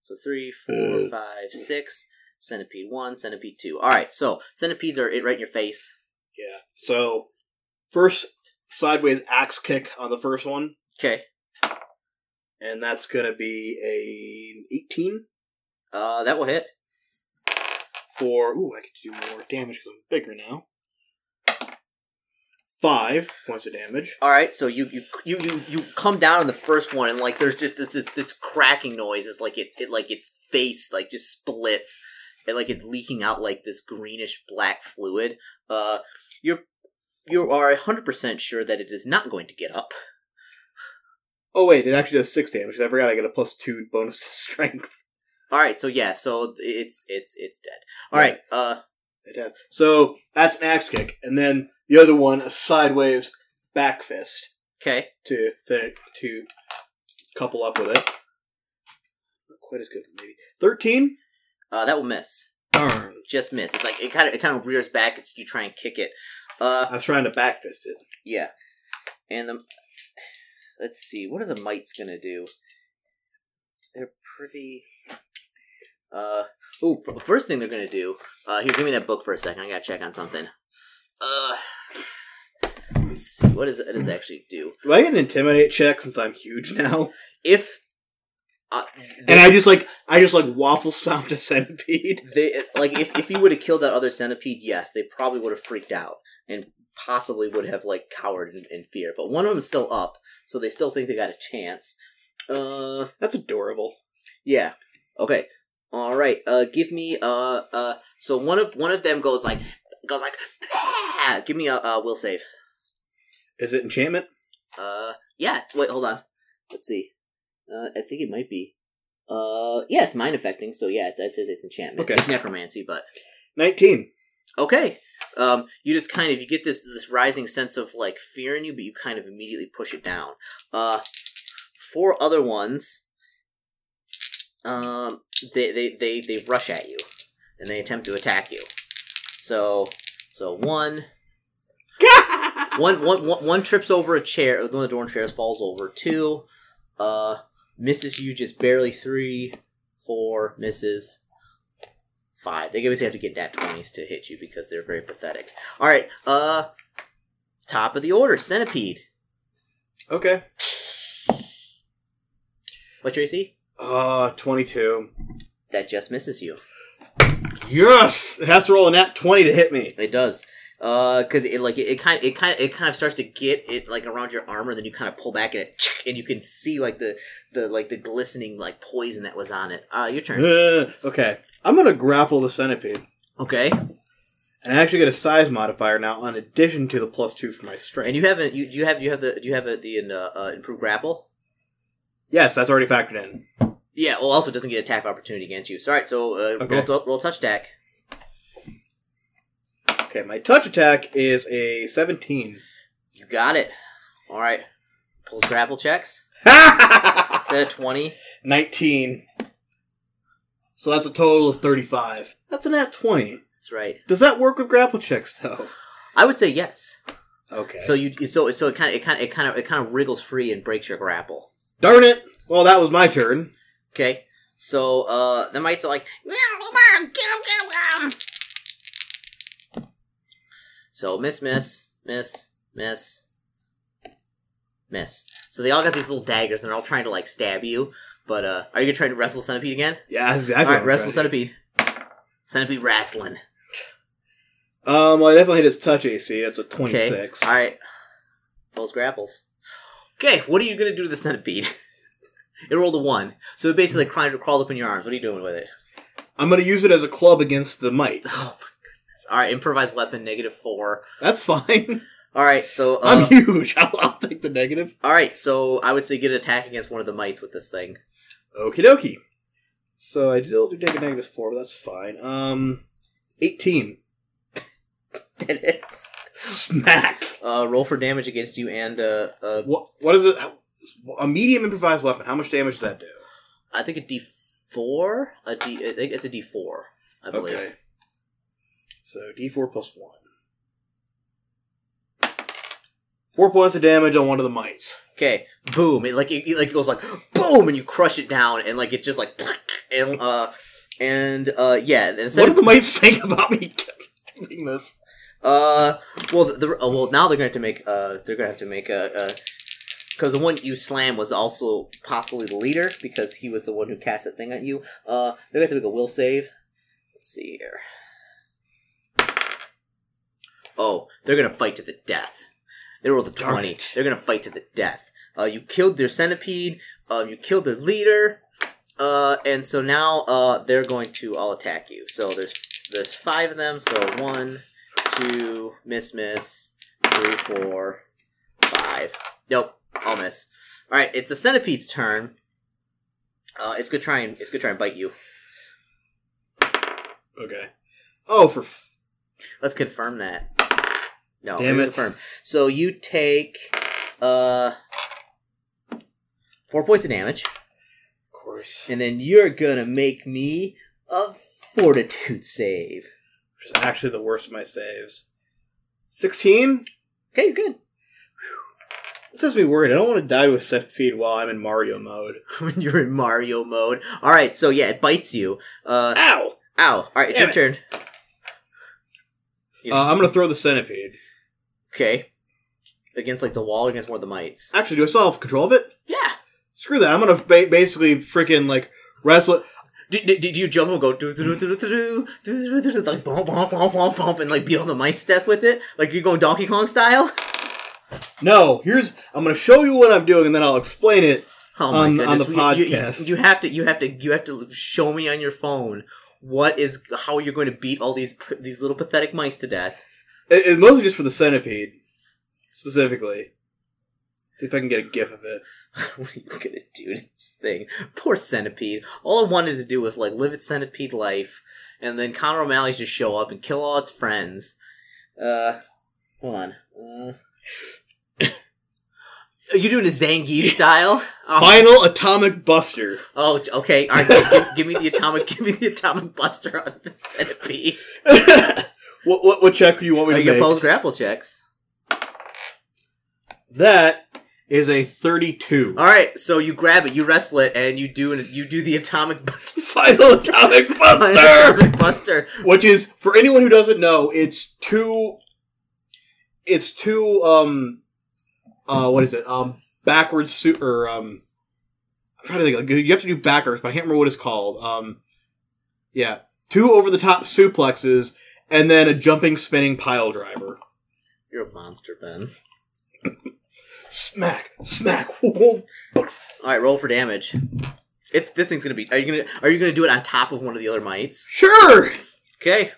A: So three, four,
B: Ugh.
A: five, six. Centipede one, centipede two. All right, so centipedes are it right in your face.
B: Yeah. So, first sideways axe kick on the first one,
A: Okay.
B: and that's gonna be a 18
A: Uh, that will hit.
B: for. Ooh, I get to do more damage because I'm bigger now. Five points of damage.
A: All right, so you you you you, you come down on the first one, and like there's just this this, this cracking noise. It's like it it like its face like just splits, and like it's leaking out like this greenish black fluid, uh, you're you are hundred percent sure that it is not going to get up.
B: Oh wait, it actually does six damage. I forgot I get a plus two bonus to strength.
A: All right, so yeah, so it's it's it's dead. All right, uh,
B: It has. So that's an axe kick, and then the other one a sideways back fist
A: okay,
B: to to, to couple up with it. Not quite as good, maybe thirteen.
A: uh, that will miss.
B: Darn!
A: Just miss. It's like it kind of it kind of rears back. It's you try and kick it. Uh,
B: I was trying to back fist it.
A: Yeah. And the let's see, what are the mites gonna do? They're pretty uh oh first thing they're gonna do, uh here give me that book for a second, I gotta check on something. Uh let's see, what does it does it actually do?
B: Do I get an intimidate check since I'm huge now?
A: If uh, they,
B: And I just like I just like waffle stomped a centipede.
A: they like if, if you would have killed that other centipede, yes, they probably would have freaked out and possibly would have like cowered in, in fear. But one of them is still up, so they still think they got a chance. Uh
B: That's adorable.
A: Yeah. Okay. All right. Uh, give me uh uh. So one of one of them goes like goes like. "Ah!" Give me a uh, will save.
B: Is it enchantment?
A: Uh, yeah. Wait, hold on. Let's see. Uh, I think it might be. Uh, yeah, it's mind affecting. So yeah, it's I says it's enchantment.
B: Okay.
A: It's necromancy, but
B: Nineteen.
A: okay. Um, you just kind of you get this this rising sense of like fear in you, but you kind of immediately push it down. Uh, four other ones. Um, they they they they rush at you, and they attempt to attack you. So so one. One, one, one, one trips over a chair. One of the dorm chairs falls over. Two, uh, misses you just barely. Three, four, misses five. They obviously have to get nat twenties to hit you because they're very pathetic. All right, uh, top of the order, centipede.
B: Okay.
A: What's your AC?
B: Uh, 22.
A: That just misses you.
B: Yes! It has to roll a nat 20 to hit me.
A: It does. Uh, cause it like it, it kind of it kind of it kind of starts to get it like around your armor. Then you kind of pull back and it and you can see like the the like the glistening like poison that was on it. Uh, your turn.
B: Ugh, okay. I'm gonna grapple the centipede.
A: Okay.
B: And I actually get a size modifier now in addition to the plus two for my strength.
A: And you haven't you do you have you have the do you have the, the uh, uh, improved grapple?
B: yes, that's already factored in.
A: Yeah. Well, also it doesn't get attack of opportunity against you. So all right. So uh,
B: Okay.
A: roll, roll touch attack.
B: Okay, my touch attack is a 17.
A: You got it. All right. Pulls grapple checks. Instead of 20.
B: 19. So that's a total of 35. That's a nat 20.
A: That's right.
B: Does that work with grapple checks, though?
A: I would say yes.
B: Okay.
A: So you so so it kind of it kind of it kind of it kind of wriggles free and breaks your grapple.
B: Darn it! Well, that was my turn.
A: Okay. So uh the mites are like So miss miss miss miss miss. So they all got these little daggers and they're all trying to like stab you. But uh are you gonna try to wrestle centipede again?
B: Yeah, that's exactly.
A: All right,
B: what I'm
A: wrestle
B: trying to
A: centipede. Centipede wrestling.
B: do. Um, well, I definitely hit his touch AC. That's a 26.
A: All right. Pulls grapples. Okay, what are you going to do to the centipede? it rolled a one. So it basically crawled, crawled up in your arms. What are you doing with it?
B: I'm gonna use it as a club against the mites.
A: Oh, my goodness. All right, improvised weapon, negative four.
B: That's fine.
A: All right, so.
B: I'm
A: Uh,
B: huge. I'll, I'll take the negative.
A: all right, so I would say get an attack against one of the mites with this thing.
B: Okie dokie. So I still do take a negative four, but that's fine. Um, eighteen.
A: That hits.
B: Smack.
A: Uh, roll for damage against you and uh, uh,
B: What? What is it? how- A medium improvised weapon. How much damage does that do?
A: I think a D4. A D, I think it's a D4, I believe.
B: Okay. So D4 plus one. Four points of damage on one of the mites.
A: Okay, boom! It like it, it, like goes like boom, and you crush it down, and like it just like and uh and uh yeah. And
B: What
A: instead
B: do
A: of,
B: the mites think about me doing this?
A: uh well the, the uh, well now they're going to make uh they're going to have to make a uh because the one you slam was also possibly the leader because he was the one who cast that thing at you. Uh, they're going to have to make a will save. Let's see here. Oh, they're going to fight to the death. They rolled a
B: Darn
A: twenty.
B: it.
A: Uh, They're going to fight to the death. Uh, you killed their centipede. Um, you killed their leader. Uh, and so now uh, they're going to all attack you. So there's there's five of them. So one, two, miss, miss, three, four, five. Nope, all miss. All right, it's the centipede's turn. Uh, it's gonna try and it's gonna try and bite you.
B: Okay. Oh, for f-
A: Let's confirm that. No, it's
B: Damn it.
A: confirmed. So you take uh four points of damage,
B: of course.
A: and then you're gonna make me a fortitude save.
B: Which is actually the worst of my saves. Sixteen.
A: Okay, you're good.
B: This has me worried. I don't want to die with centipede while I'm in Mario mode.
A: when you're in Mario mode. All right, so yeah, it bites you. Uh,
B: Ow!
A: ow! All right, it's your
B: Damn it.
A: turn.
B: Uh, I'm gonna throw the centipede.
A: Okay, against like the wall, against one of the mites.
B: Actually, do I still have control of it?
A: Yeah.
B: Screw that. I'm gonna ba- basically freaking like wrestle it.
A: Did, did, did you jump and go do do do do do do do do like bump bump bump bump bump and like beat on the mice step with it like you're going Donkey Kong style?
B: No, here's. I'm gonna show you what I'm doing, and then I'll explain it.
A: Oh my
B: On- on
A: goodness!
B: the
A: we- you- you-
B: podcast.
A: you, have to you have to you have to show me on your phone what is how you're going to beat all these p- these little pathetic mice to death.
B: It- It's mostly just for the centipede, specifically. See if I can get a gif of it.
A: what are you gonna do to this thing? Poor centipede. All I wanted to do was like live its centipede life, and then Conor O'Malley's just show up and kill all its friends. Uh, hold on. Uh, are you doing a Zangief style? Oh,
B: Final atomic buster.
A: oh, okay. All right, give, give me the atomic. Give me the atomic buster on the centipede.
B: what, what what check do you want
A: Oh,
B: me
A: you
B: to
A: get
B: make?
A: both grapple checks.
B: That is a 32.
A: All right, so you grab it, you wrestle it, and you do an, you do the atomic buster.
B: Final atomic buster.
A: Atomic buster.
B: Which is for anyone who doesn't know, it's two. It's two. Um, uh, what is it? Um, backwards suit or um, I'm trying to think. Like, you have to do backwards, but I can't remember what it's called. Um, yeah, two over the top suplexes and then a jumping spinning pile driver.
A: You're a monster, Ben.
B: Smack, smack. whoa, whoa.
A: All right, roll for damage. It's this thing's gonna be. Are you gonna Are you gonna do it on top of one of the other mites?
B: sure.
A: Okay.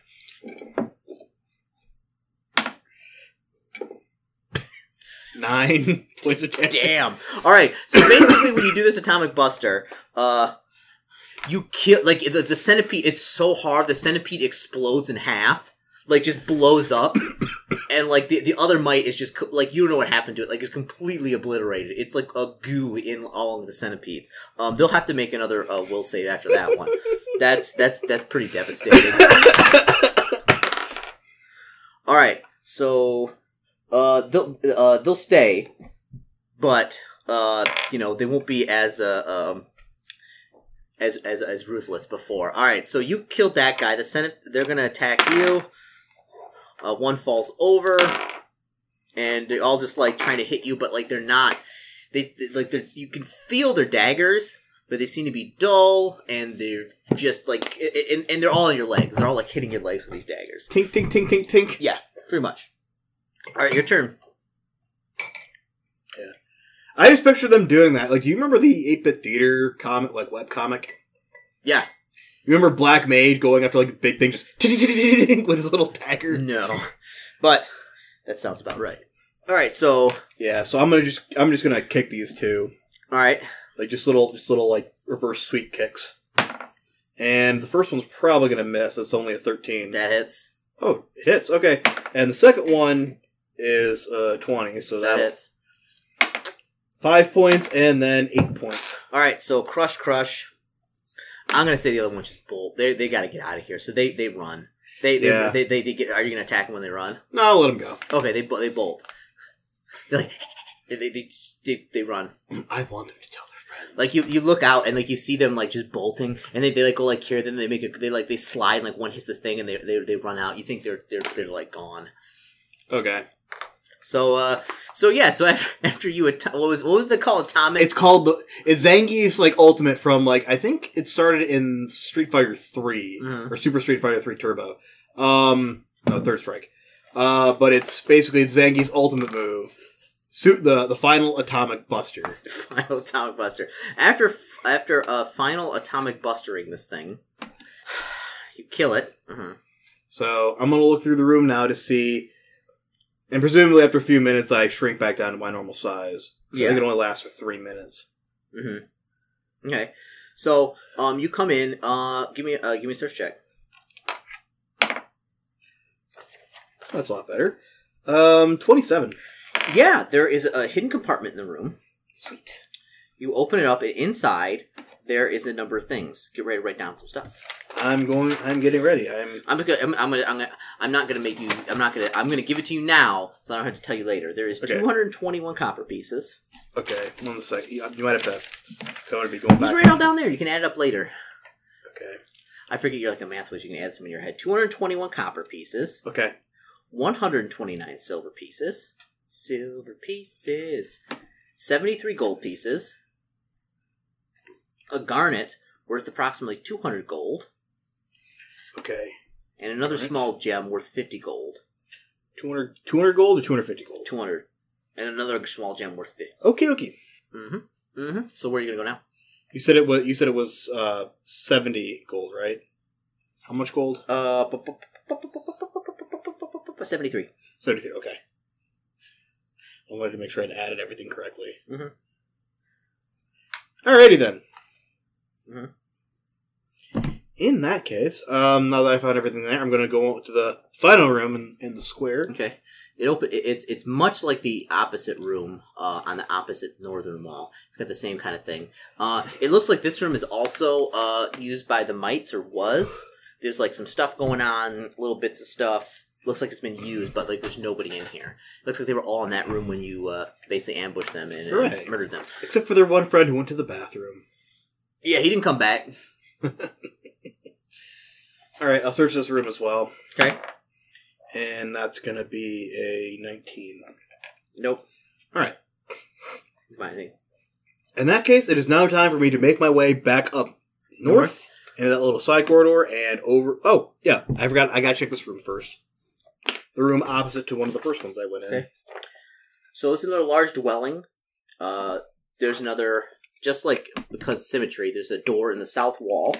B: Nine points of damage.
A: Damn. All right. So basically, when you do this atomic buster, uh, you kill like the, the centipede. It's so hard. The centipede explodes in half. Like just blows up, and like the the other mite is just co- like you don't know what happened to it. Like it's completely obliterated. It's like a goo in all of the centipedes. Um, they'll have to make another uh, will save after that one. That's that's that's pretty devastating. All right, so uh, they'll uh, they'll stay, but uh, you know they won't be as uh, um as as as ruthless before. All right, so you killed that guy. The Senate they're gonna attack you. Uh, one falls over, and they're all just like trying to hit you, but like they're not. They, they like they're, you can feel their daggers, but they seem to be dull, and they're just like a- a- and, and they're all in your legs. They're all like hitting your legs with these daggers.
B: Tink, tink, tink, tink, tink.
A: Yeah, pretty much. All right, your turn.
B: I just picture them doing that. Like, you remember the 8 bit theater comic, like web comic?
A: Yeah.
B: You remember Black Mage going after like the big thing, just with his little dagger.
A: No, but that sounds about right. All right, so all
B: Yeah, so I'm gonna just I'm just gonna kick these two,
A: right,
B: like just little just little like reverse sweep kicks. And the first one's probably gonna miss. It's only a thirteen.
A: that hits.
B: Oh, it hits. Okay, and the second one is uh twenty. So
A: That
B: that
A: hits.
B: five points and then eight points.
A: All right, so crush, crush. I'm gonna say the other one just bolt. They they gotta get out of here. So they they run. They they,
B: Yeah.
A: they, they, they get. Are you gonna attack them when they run?
B: No, I'll let them go.
A: Okay, they bo- they bolt. They're like they they, they, they they run.
B: I want them to tell their friends.
A: Like you, you look out and like you see them like just bolting, and they, they like go like here, then they make it. They like they slide, and, like one hits the thing, and they, they they run out. You think they're they're they're like gone.
B: okay,
A: So uh, so yeah, so after, after you at- what was what was the call atomic?
B: it's called the it's Zangief's like ultimate from like I think it started in Street Fighter 3
A: Mhm.
B: or Super Street Fighter Three Turbo. Um, no, Third Strike. Uh, but it's basically it's Zangief's ultimate move. Su- the the final atomic buster.
A: Final atomic buster. After f- after uh, final atomic bustering this thing, you kill it. Uh-huh.
B: So I'm gonna look through the room now to see, and presumably after a few minutes, I shrink back down to my normal size. So I
A: Yeah.
B: think it only lasts for three minutes.
A: Mm-hmm. Okay. So um, you come in. Uh, give me uh, give me a search check.
B: That's a lot better. Um, twenty-seven.
A: Yeah, there is a hidden compartment in the room. Sweet. You open it up, and inside there is a number of things. Get ready to write down some stuff.
B: I'm going. I'm getting ready. I'm.
A: I'm just gonna. I'm, I'm gonna. I'm gonna. I'm not gonna make you. I'm not gonna. I'm gonna give it to you now, so I don't have to tell you later. There is
B: Okay.
A: 221 copper pieces.
B: Okay, one sec. You you might have to. I'm gonna be going
A: These
B: back.
A: are right all down there. You can add it up later.
B: Okay.
A: I figure you're like a math whiz. You can add some in your head. 221 copper pieces.
B: Okay.
A: 129 silver pieces. Silver pieces. 73 gold pieces. A garnet worth approximately 200 gold.
B: Okay.
A: And another
B: Alright.
A: small gem worth 50 gold.
B: 200, 200 gold or 250 gold?
A: 200. And another small gem worth 50.
B: Okay, okay.
A: Mm-hmm. Mm-hmm. So where are you going to go now?
B: You said it was you said it was uh 70 gold, right? How much gold?
A: Uh, 73.
B: 73. Okay. I wanted to make sure I'd added everything correctly.
A: Mhm.
B: Alrighty then.
A: Mhm.
B: In that case, um, now that I found everything there, I'm going to go to the final room in, in the square.
A: Okay. It open. it- It's it's much like the opposite room uh, on the opposite northern wall. It's got the same kind of thing. Uh, it looks like this room is also uh, used by the mites or was. There's like some stuff going on, little bits of stuff. Looks like it's been used, but like there's nobody in here. Looks like they were all in that room when you uh, basically ambushed them and, and
B: Right.
A: murdered them.
B: Except for their one friend who went to the bathroom.
A: Yeah, he didn't come back.
B: Alright, I'll search this room as well.
A: Okay.
B: And that's going to be a 19.
A: Nope.
B: Alright.
A: My thing.
B: In that case, it is now time for me to make my way back up north
A: North.
B: into that little side corridor and over. Oh, yeah, I forgot. I gotta check this room first. The room opposite to one of the first ones I went in.
A: Okay. So it's another large dwelling. Uh, there's another, just like because symmetry, there's a door in the south wall.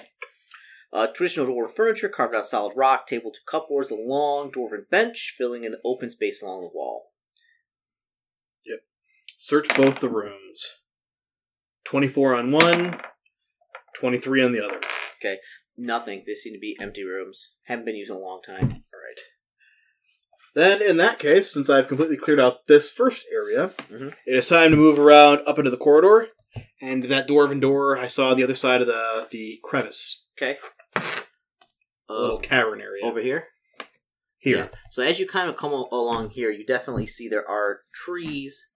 A: Uh, traditional dwarven furniture carved out of solid rock, table, two cupboards, a long dwarven bench filling in the open space along the wall.
B: Search both the rooms 24 on one, 23 on the other.
A: Nothing. They seem to be empty rooms. Haven't been used in a long time.
B: All right. Then, in that case, since I've completely cleared out this first area,
A: Mhm.
B: it is time to move around up into the corridor and that dwarven door I saw on the other side of the, the crevice,
A: Okay. Uh,
B: little cavern area.
A: Over here.
B: here.
A: Yeah. So as you kind of come al- along here, you definitely see there are trees,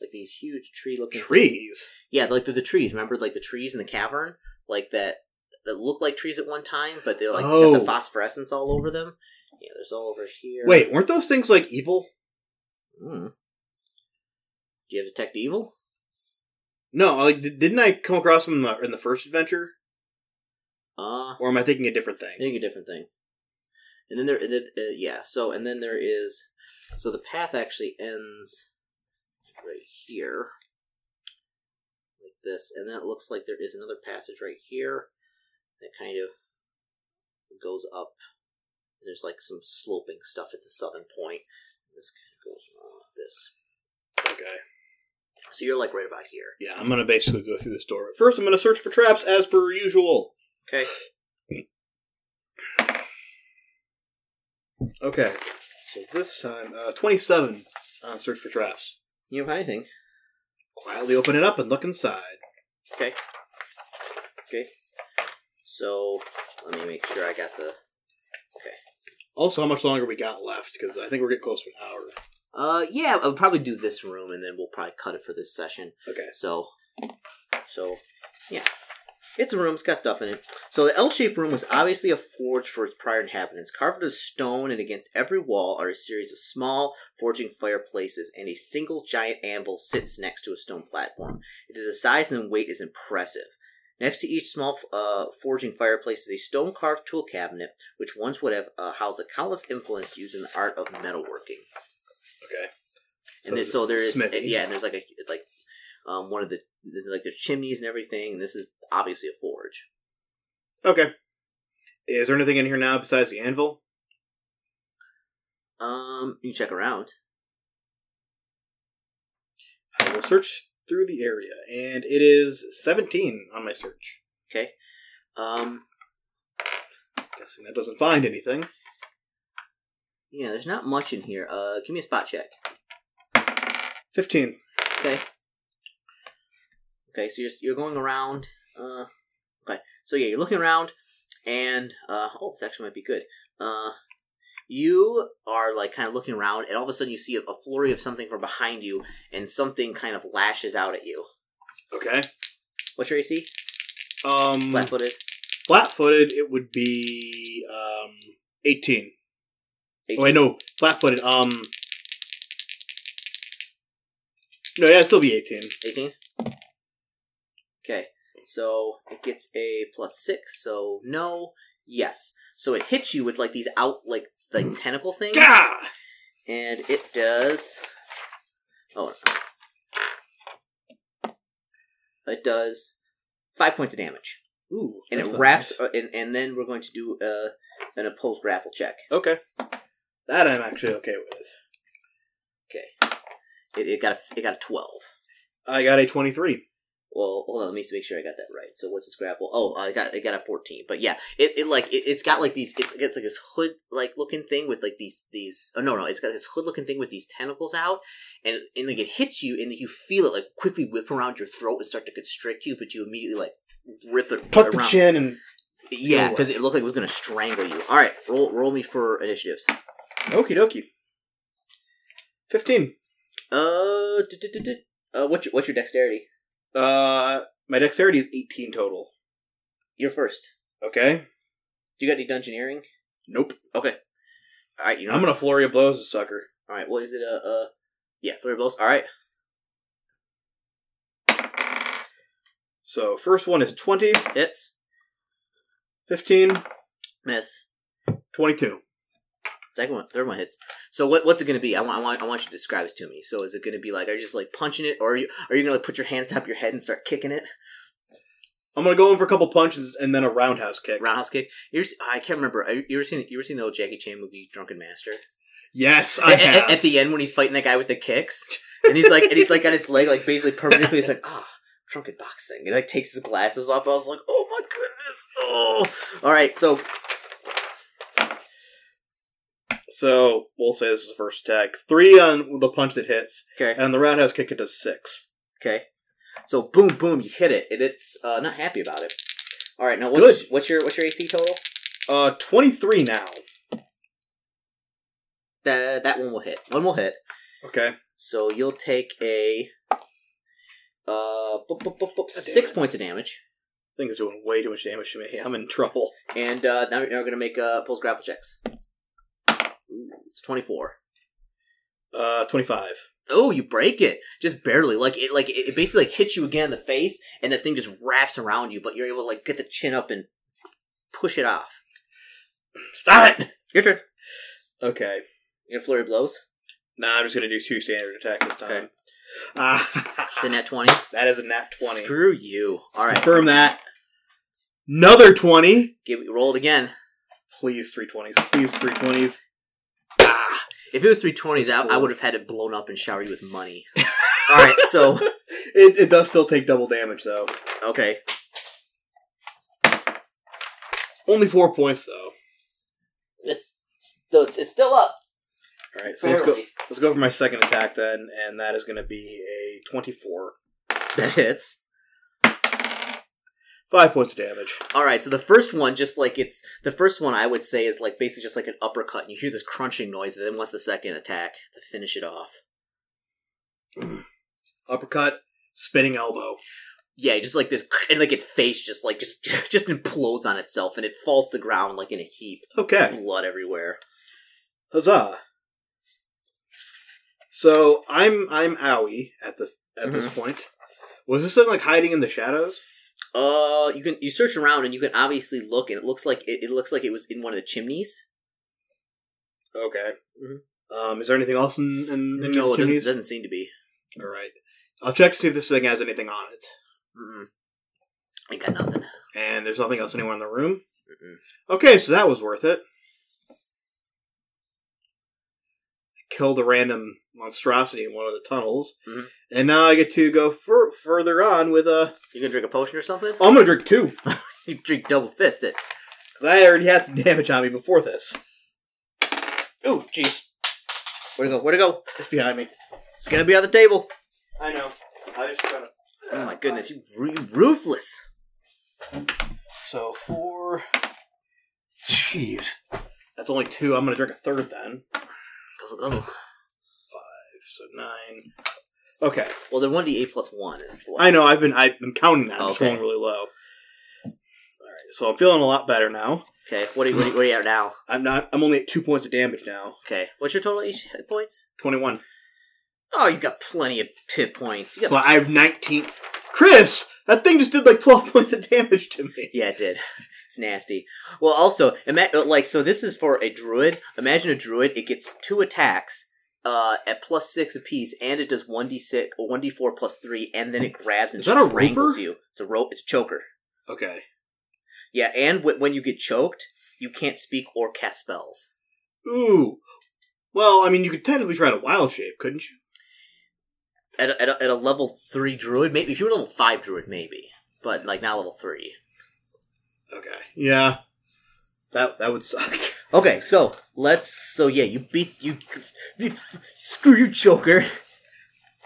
A: like these huge tree-looking
B: Trees?
A: Yeah, like the, the trees. Remember, like the trees in the cavern, like that that look like trees at one time, but they're like got
B: Oh.
A: the phosphorescence all over them. Yeah, there's all over here.
B: Wait, weren't those things like evil?
A: Mm. do you have detect evil?
B: No, like di- didn't I come across them in the, in the first adventure,
A: Uh, I
B: or am I thinking a different thing?
A: think a different thing. And then there, and then, uh, yeah. So and then there is, so the path actually ends right here, like this, and then it looks like there is another passage right here that kind of goes up. There's like some sloping stuff at the southern point. This kind of goes along like this.
B: Okay,
A: So you're like right about here.
B: yeah, I'm gonna basically go through this door. But First, I'm gonna search for traps as per usual.
A: Okay.
B: Okay, so this time, uh, 27 on search for traps.
A: You don't have anything.
B: Quietly open it up and look inside.
A: Okay. Okay. So let me make sure I got the
B: Also, how much longer we got left? Because I think we're getting close to an hour.
A: Uh, yeah, I'll probably do this room, and then we'll probably cut it for this session.
B: Okay,
A: So, so, yeah, it's a room. It's got stuff in it. So the L-shaped room was obviously a forge for its prior inhabitants. Carved out of stone, and against every wall are a series of small forging fireplaces, and a single giant anvil sits next to a stone platform. It is the size and weight is impressive. Next to each small uh, forging fireplace is a stone carved tool cabinet, which once would have uh, housed the countless implements used in the art of metalworking.
B: okay.
A: and then, so there is
B: smithy.
A: yeah, and there's like a like um one of the there's like the chimneys and everything. And this is obviously a forge.
B: Okay. Is there anything in here now besides the anvil?
A: Um, you can check around.
B: I will search through the area, and it is 17 on my search.
A: Okay. Um,
B: Guessing that doesn't find anything.
A: yeah, there's not much in here. Uh, give me a spot check.
B: 15.
A: Okay. Okay, so you're, you're going around. Uh, okay, so yeah, you're looking around, and uh, oh, this actually might be good. Uh, you are like kind of looking around, and all of a sudden you see a, a flurry of something from behind you, and something kind of lashes out at you.
B: Okay.
A: What's your AC?
B: Um,
A: Flat footed.
B: flat footed, it would be um, 18. Oh, wait, no. Flat footed. Um, no, yeah, it'd still be 18.
A: 18? Okay. So it gets a plus six, so no, yes. So it hits you with like these out like like tentacle things.
B: Hmm. Gah!
A: And it does Oh no. It does five points of damage.
B: Ooh.
A: And
B: that's
A: it
B: not
A: wraps
B: nice.
A: uh, and, and then we're going to do uh an opposed grapple check.
B: Okay. That I'm actually okay with.
A: Okay. It, it got a it got a twelve.
B: I got a 23.
A: Well, hold on. Let me make sure I got that right. So what's its grapple? Oh, I got I got a fourteen. But yeah, it, it like it, it's got like these. It's, it's like this hood like looking thing with like these these. Oh no no, it's got this hood looking thing with these tentacles out, and and like it hits you, and you feel it like quickly whip around your throat and start to constrict you, but you immediately like rip it
B: Tuck the
A: around.
B: chin and.
A: yeah,
B: away.
A: because it looked like it was gonna strangle you. All right, roll roll me for initiatives.
B: Okie dokie. 15.
A: Uh, duh, duh, duh, duh. uh, what's your, what's your dexterity?
B: Uh, my dexterity is 18 total.
A: You're first.
B: Okay.
A: Do you got any dungeoneering?
B: Nope.
A: All right, you know
B: I'm gonna flurry of blows a sucker.
A: All right, what is it? Uh, uh yeah, flurry of blows. All right,
B: So first one is 20,
A: hits,
B: 15,
A: miss.
B: 22.
A: Second one, third one hits. So what? What's it gonna be? I want, I want, I want you to describe this to me. So is it gonna be like are you just like punching it, or are you are you gonna like put your hands top your head and start kicking it?
B: I'm gonna go in for a couple punches and then a roundhouse kick.
A: Roundhouse kick. You ever, I can't remember. Are You you ever seen you ever seen the old Jackie Chan movie Drunken Master?
B: Yes, I
A: At, at-
B: have.
A: at the end when he's fighting that guy with the kicks, and he's like and he's like got his leg like basically permanently. It's like ah. Drunken boxing. It like takes his glasses off. I was like, "Oh my goodness!" Oh, all right. So
B: so we'll say this is the first attack. Three on the punch that hits,
A: okay.
B: and the roundhouse kick it does six.
A: Okay. So boom, boom, you hit it, and it's uh, not happy about it. All right, now what's,
B: Good.
A: what's your what's your AC total?
B: Uh, 23 now.
A: That that one will hit. One will hit.
B: Okay.
A: So you'll take a uh boop, boop, boop, boop,
B: damn
A: six
B: it.
A: points of damage,
B: Thing's doing way too much damage to me. I'm in trouble.
A: and uh, now you're gonna make uh, pulse grapple checks. Ooh, It's twenty four.
B: Uh, 25.
A: Oh, you break it just barely. Like it, like it, it basically like hits you again in the face, and the thing just wraps around you. But you're able to like get the chin up and push it off.
B: Stop it!
A: Your turn.
B: Okay.
A: Your flurry of blows.
B: Nah, I'm just gonna do two standard attack this time.
A: Okay.
B: Ah,
A: It's a net twenty.
B: that is a nat 20.
A: Screw you. All right,
B: Confirm that. Another 20.
A: give, roll it again.
B: Please, 320s. Please, 320s.
A: Ah, if it was three twenties, I, I would have had it blown up and showered you with money. All right, so
B: It, it does still take double damage, though.
A: okay,
B: Only four points, though.
A: it's so it's, it's still up.
B: All right, so let's go, let's go for my second attack then, and that is going to be a 24.
A: That hits.
B: Five points of damage.
A: All right, so the first one, just like it's the first one, I would say is like basically just like an uppercut, and you hear this crunching noise. And then what's the second attack to finish it off?
B: Uppercut, spinning elbow.
A: Yeah, just like this, and like its face just like just just implodes on itself, and it falls to the ground like in a heap,
B: Okay,
A: blood everywhere.
B: huzzah. So I'm I'm owie at the at this
A: Mm-hmm.
B: point. Was this thing like hiding in the shadows?
A: Uh, you can you search around and you can obviously look, and it looks like it, it looks like it was in one of the chimneys.
B: Okay.
A: Mhm.
B: Um, is there anything else in, in,
A: no,
B: in these
A: it doesn't,
B: chimneys?
A: doesn't seem to be.
B: All right. I'll check to see if this thing has anything on it.
A: Mm-mm. I got nothing.
B: And there's nothing else anywhere in the room.
A: Mm-mm.
B: Okay, so that was worth it. Killed a random monstrosity in one of the tunnels,
A: Mhm.
B: and now I get to go fur- further on with a.
A: You gonna drink a potion or something?
B: I'm gonna drink two
A: You drink double fisted.
B: because I already had some damage on me before this. Oh, jeez,
A: Where'd it go? Where'd it go?
B: it's behind me.
A: It's gonna be on the table.
B: I know. I just kind of.
A: Oh my goodness, you, ru- you ruthless.
B: So four. Jeez, that's only two. I'm gonna drink a third then.
A: Guzzle, guzzle.
B: So nine. Okay.
A: Well, they're one d eight plus one. It's like-
B: I know. I've been. I've been counting that. I'm just
A: Okay.
B: rolling really low. All right. So I'm feeling a lot better now.
A: Okay, what are you, what are you, what are you at now?
B: I'm not. I'm only at two points of damage now.
A: Okay, what's your total each hit points?
B: Twenty-one.
A: Oh, you got plenty of hit points. You got-
B: Well, I have nineteen. Chris, that thing just did like twelve points of damage to me.
A: yeah, it did. It's nasty. Well, also, ima- uh, like, so this is for a druid. Imagine a druid. It gets two attacks uh, at plus six apiece, and it does one d six or one d four plus three, and then it grabs and
B: Is that a
A: strangles
B: roper?
A: you. It's a rope. It's a choker.
B: Okay.
A: Yeah, and w- when you get choked, you can't speak or cast spells.
B: Ooh. Well, I mean, you could technically try to wild shape, couldn't you?
A: At a, at a, at a level three druid, maybe if you were level five druid, maybe, but like not level three.
B: Okay. Yeah. That that would suck.
A: Okay, so let's. So yeah, you beat you. you screw you, Joker.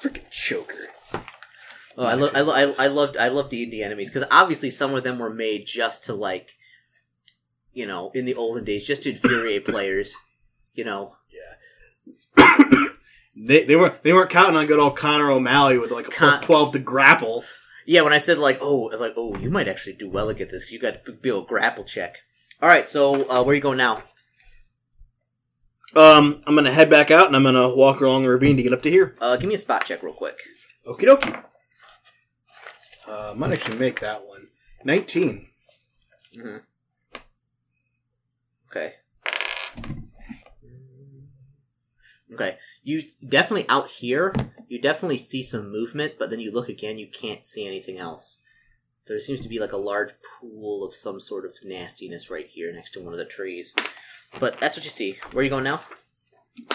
B: Freaking choker.
A: Oh, I, lo- I, lo- I, I loved I loved D and D enemies because obviously some of them were made just to like, you know, in the olden days, just to infuriate players. You know,
B: They, they weren't they weren't counting on good old Connor O'Malley with like a plus
A: Con-
B: twelve to grapple.
A: yeah. When I said like, oh, I was like, oh, you might actually do well against this. 'cause You got to be able to grapple check. All right, so uh, where you going now?
B: Um, I'm gonna head back out and I'm gonna walk along the ravine to get up to here.
A: Uh, give me a spot check real quick.
B: Okie dokie. Uh, might actually make that one. 19.
A: Okay. Okay. You definitely out here, you definitely see some movement, but then you look again, you can't see anything else. There seems to be like a large pool of some sort of nastiness right here next to one of the trees. But that's what you see. Where are you going now?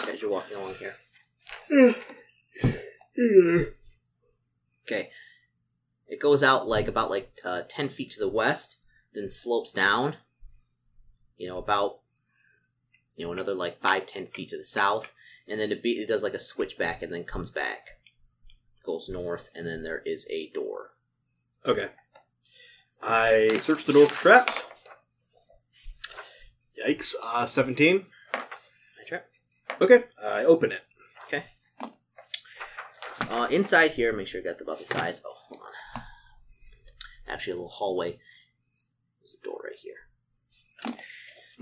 A: As you're walking along here. Okay. It goes out like about like uh, 10 feet to the west, then slopes down you know about you know another like five ten feet to the south and then it, be, it does like a switchback and then comes back goes north and then there is a door
B: Okay. I searched the door for traps. Yikes. Uh, 17. Okay. I open it.
A: uh, inside here make sure you got about the size oh hold on actually a little hallway there's a door right here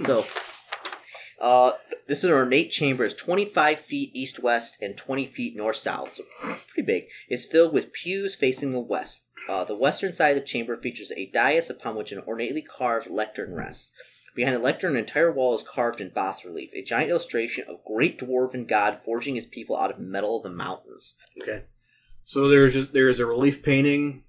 A: so uh, this is an ornate chamber. It's 25 feet east west and 20 feet north south, so pretty big. It's filled with pews facing the west. Uh, the western side of the chamber features a dais upon which an ornately carved lectern rests. Behind the lectern, an entire wall is carved in bas relief, a giant illustration of great dwarven god forging his people out of metal of the mountains.
B: Okay. So there's just there's a relief painting.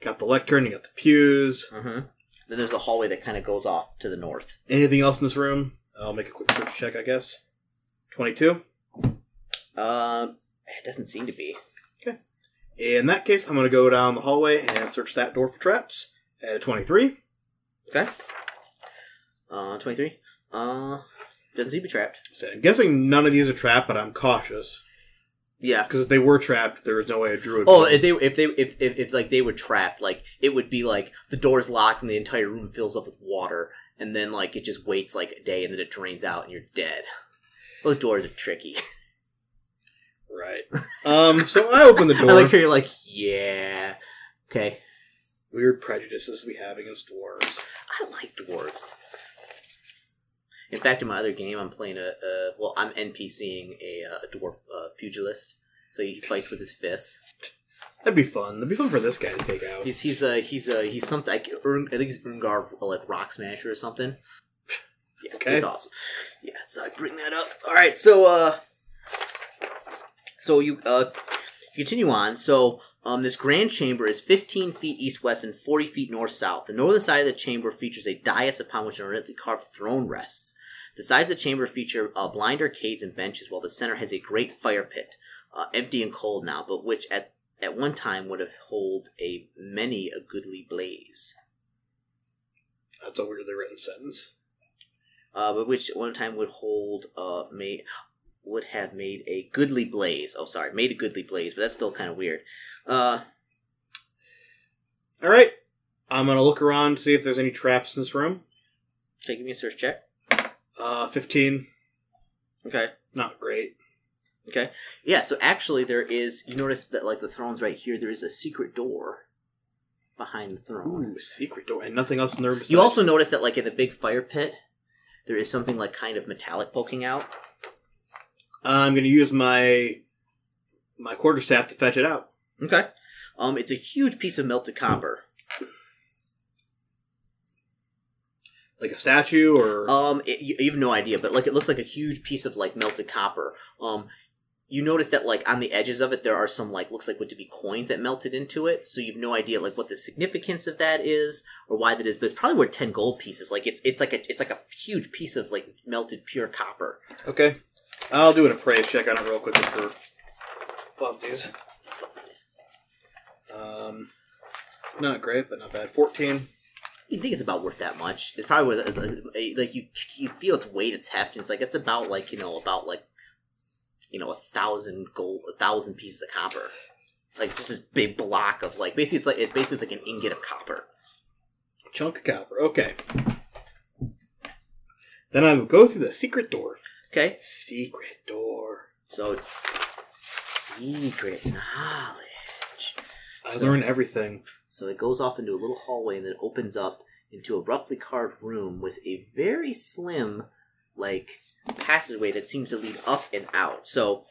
B: Got the lectern, you got the pews.
A: Mm-hmm. Then there's the hallway that kind of goes off to the north.
B: Anything else in this room? I'll make a quick search check, I guess. 22.
A: Um, it doesn't seem to be.
B: In that case, I'm going to go down the hallway and search that door for traps at a 23.
A: Okay. Uh, 23. Uh, doesn't seem to be trapped.
B: So I'm guessing none of these are trapped, but I'm cautious.
A: Yeah.
B: Because if they were trapped, there was no way a druid.
A: Oh,
B: would-
A: if they if they if, if if like they were trapped, like it would be like the door's locked and the entire room fills up with water, and then like it just waits like a day and then it drains out and you're dead. Those doors are tricky.
B: right. Um, so I open the door.
A: I like how you're like, yeah, okay.
B: Weird prejudices we have against dwarves.
A: I like dwarves. In fact, in my other game, I'm playing a, a well, I'm NPCing a, uh, a dwarf uh, pugilist. So he fights with his fists.
B: That'd be fun. That'd be fun for this guy to take out.
A: He's he's a he's a he's something. I, can- Urn- I think he's Ungar like Rock Smasher or something. Yeah,
B: Okay.
A: it's awesome. Yeah, so I bring that up. All right, so uh, So you uh, continue on. So um, this grand chamber is 15 feet east west and 40 feet north south. The northern side of the chamber features a dais upon which an ornately carved throne rests. The sides of the chamber feature uh, blind arcades and benches, while the center has a great fire pit, uh, empty and cold now, but which at at one time would have held a many a goodly blaze.
B: That's a weirdly written sentence.
A: uh, but which at one time would hold uh made would have made a goodly blaze. Oh, sorry, made a goodly blaze, but that's still kind of weird. Uh,
B: All right. I'm going to look around to see if there's any traps in this room.
A: so give me a search check.
B: Uh, 15.
A: Okay.
B: Not great.
A: Okay. Yeah. So actually, there is. You notice that like the throne's right here. There is a secret door behind the throne.
B: Ooh, secret door. And nothing else in the room besides.
A: You also notice that like in the big fire pit, there is something like kind of metallic poking out.
B: I'm going to use my my quarterstaff to fetch it out.
A: Okay. Um, it's a huge piece of melted copper.
B: Like a statue or.
A: Um, it, you, you have no idea, but like it looks like a huge piece of like melted copper. Um, you notice that like on the edges of it there are some like looks like what to be coins that melted into it. So you've no idea like what the significance of that is or why that is, but it's probably worth ten gold pieces. Like it's it's like a it's like a huge piece of like melted pure copper.
B: Okay. I'll do an appraise check on it real quickly for funsies. Um, not great, but not bad. 14.
A: You think it's about worth that much? It's probably worth it's, like you you feel its weight, its heft, and it's like it's about like you know about like you know a thousand gold, a thousand pieces of copper. Like it's just this big block of like basically it's like it's basically like an ingot of copper.
B: Chunk of copper. Okay. Then I will go through the secret door.
A: Okay,
B: Secret door.
A: so secret knowledge.
B: I
A: So-
B: learn everything.
A: So it goes off into a little hallway and then opens up into a roughly carved room with a very slim, like, passageway that seems to lead up and out. So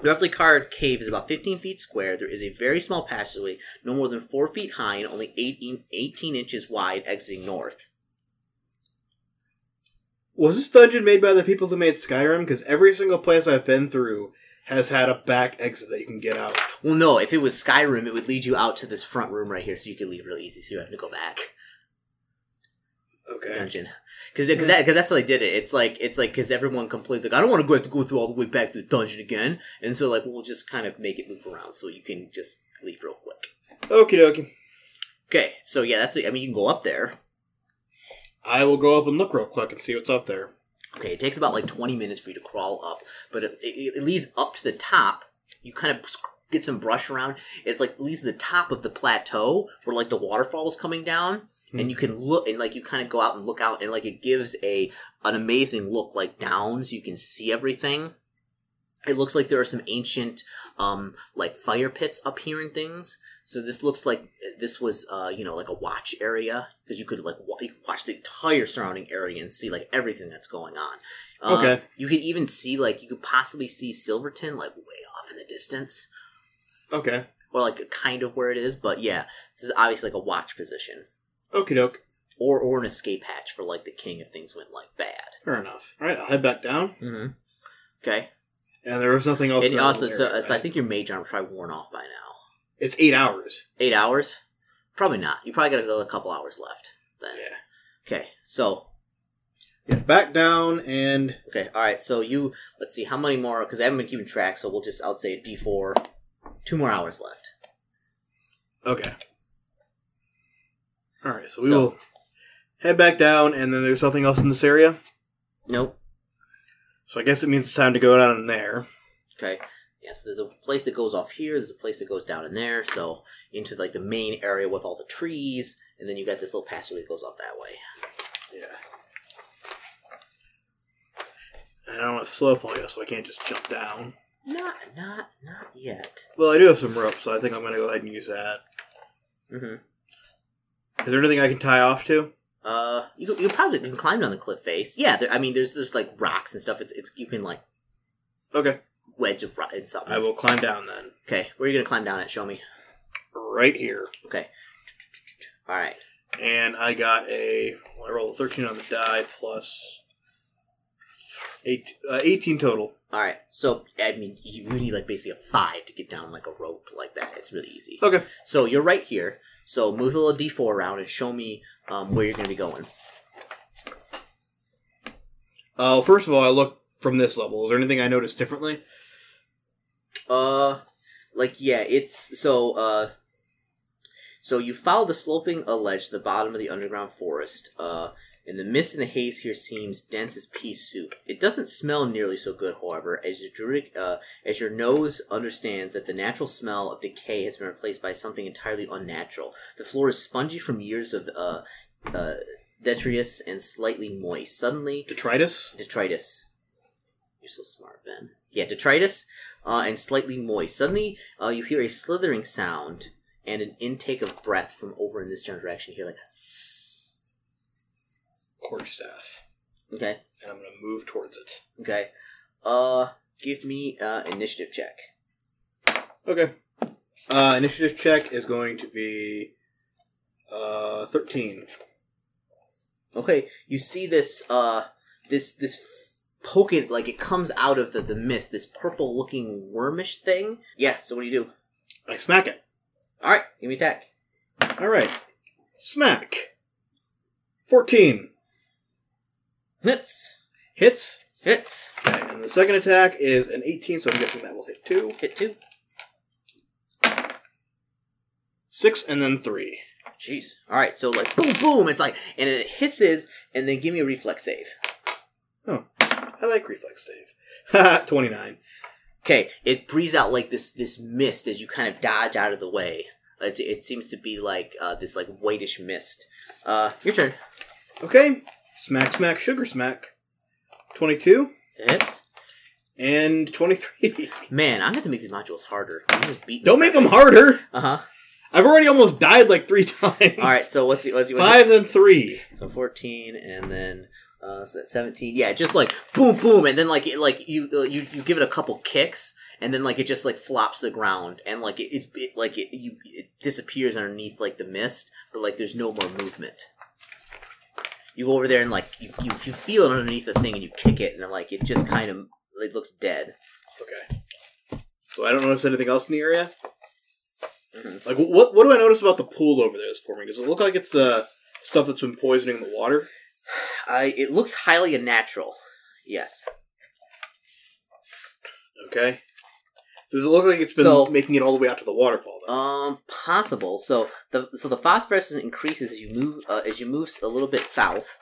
A: the roughly carved cave is about 15 feet square. There is a very small passageway, no more than 4 feet high and only 18, 18 inches wide, exiting north.
B: Was this dungeon made by the people who made Skyrim? Because every single place I've been through has had a back exit that you can get out.
A: Well, no, if it was Skyrim, it would lead you out to this front room right here so you could leave really easy, so you have to go back. the
B: Okay.
A: dungeon because because that, 'cause that's how they did it. It's like it's like because everyone complains like I don't want to go have to go through all the way back to the dungeon again, and so like we'll just kind of make it loop around so you can just leave real quick.
B: Okie dokie.
A: Okay, so yeah, that's what, I mean you can go up there.
B: I will go up and look real quick and see what's up there.
A: Okay, it takes about like twenty minutes for you to crawl up, but it, it, it leads up to the top. You kind of sc- get some brush around. It's like leads to the top of the plateau where like the waterfall is coming down. And you can look, and like you kind of go out and look out, and like it gives a an amazing look, like down, so you can see everything. It looks like there are some ancient, um, like fire pits up here and things. So this looks like this was, uh, you know, like a watch area because you could like wa- you could watch the entire surrounding area and see like everything that's going on. Um,
B: Okay.
A: You could even see like you could possibly see Silverton like way off in the distance,
B: Okay.
A: or like kind of where it is. But yeah, this is obviously like a watch position
B: Okie doke.
A: or or an escape hatch for like the king if things went like bad.
B: Fair enough. All right, I'll head back down.
A: Mm-hmm. Okay.
B: And there was nothing else. in
A: and
B: that
A: also,
B: little
A: so,
B: area,
A: so I
B: right?
A: think your mage arm's probably worn off by now.
B: it's eight hours.
A: Eight hours? Probably not. You probably got a couple hours left then.
B: Yeah.
A: Okay, so
B: Yeah. Back down and
A: okay, all right. So you let's see how many more because I haven't been keeping track. So we'll just I'll say D four, two more hours left.
B: okay. All right, so we
A: So-
B: will head back down, and then there's nothing else in this area.
A: Nope.
B: So I guess it means it's time to go down in there.
A: Okay. Yes, there's a place that goes off here. There's a place that goes down in there. So into like the main area with all the trees, and then you got this little passageway that goes off that way.
B: Yeah. And I don't have slow fall yet, so I can't just jump down.
A: Not, not, not yet.
B: Well, I do have some rope, so I think I'm going to go ahead and use that.
A: Mm-hmm.
B: Is there anything I can tie off to?
A: Uh, you could- you probably can climb down the cliff face. Yeah, there, I mean, there's there's like rocks and stuff. It's it's you can like
B: Okay.
A: wedge of rock and something.
B: I will climb down then.
A: Okay, where are you gonna climb down at? Show me.
B: Right here.
A: Okay. All right.
B: And I got a. Well, I rolled a 13 on the die plus. Eight, uh, 18 total.
A: All right, so I mean, you, you need like basically a five to get down like a rope like that. It's really easy.
B: Okay.
A: So you're right here. So move the little d4 around and show me um, where you're going to be going.
B: Uh, first of all, I look from this level. Is there anything I noticed differently?
A: Uh, like yeah, it's so. Uh, so you follow the sloping a ledge to the bottom of the underground forest. Uh, and the mist and the haze here seems dense as pea soup. It doesn't smell nearly so good, however, as your druidic, uh, as your nose understands that the natural smell of decay has been replaced by something entirely unnatural. The floor is spongy from years of uh, uh, detritus and slightly moist. Suddenly,
B: Detritus?
A: detritus. You're so smart, Ben. Yeah, detritus uh, and slightly moist. Suddenly, uh, you hear a slithering sound and an intake of breath from over in this general direction. You hear like, a
B: Quarterstaff.
A: okay,
B: And I'm going to move towards it.
A: okay. Uh, give me uh initiative check.
B: Okay. Uh, initiative check is going to be uh, 13.
A: Okay, you see this uh this this poking like it comes out of the, the mist, this purple looking wormish thing. Yeah. So what do you do?
B: I smack it.
A: All right, give me attack.
B: All right. Smack. 14.
A: Hits,
B: Hits.
A: hits,
B: Okay, and the second attack is an 18, so I'm guessing that will hit 2.
A: hit two.
B: 6 and then 3.
A: Jeez. All right, so like boom, boom. It's like and it hisses, and then give me a reflex save.
B: I like reflex save. Haha, 29.
A: Okay, it breathes out like this this mist as you kind of dodge out of the way. It's, it seems to be like uh, this like whitish mist. Uh, your turn.
B: Okay. Smack, smack, sugar smack. 22
A: That Hits.
B: and 23.
A: Man, I'm gonna have to make these modules harder. I'm just beating.
B: Don't make them harder!
A: Uh huh.
B: I've already almost died like three times.
A: All right. So what's the what's the what's the-
B: Five and three.
A: So 14 and then uh so that's 17. Yeah, just like boom boom and then like it, like you uh, you you give it a couple kicks and then like it just like flops to the ground and like it, it, it like it you it disappears underneath like the mist, but like there's no more movement. You go over there and like you, you, you feel it underneath the thing and you kick it and then like it just kind of it looks dead.
B: Okay. So I don't notice anything else in the area.
A: Mhm.
B: Like, what what do I notice about the pool over there that's forming? Does it look like it's the stuff that's been poisoning the water?
A: I it looks highly unnatural. Yes.
B: Okay. Does it look like it's been
A: So-
B: making it all the way out to the waterfall? Though?
A: Um, possible. So the so the phosphorus increases as you move uh, as you move a little bit south.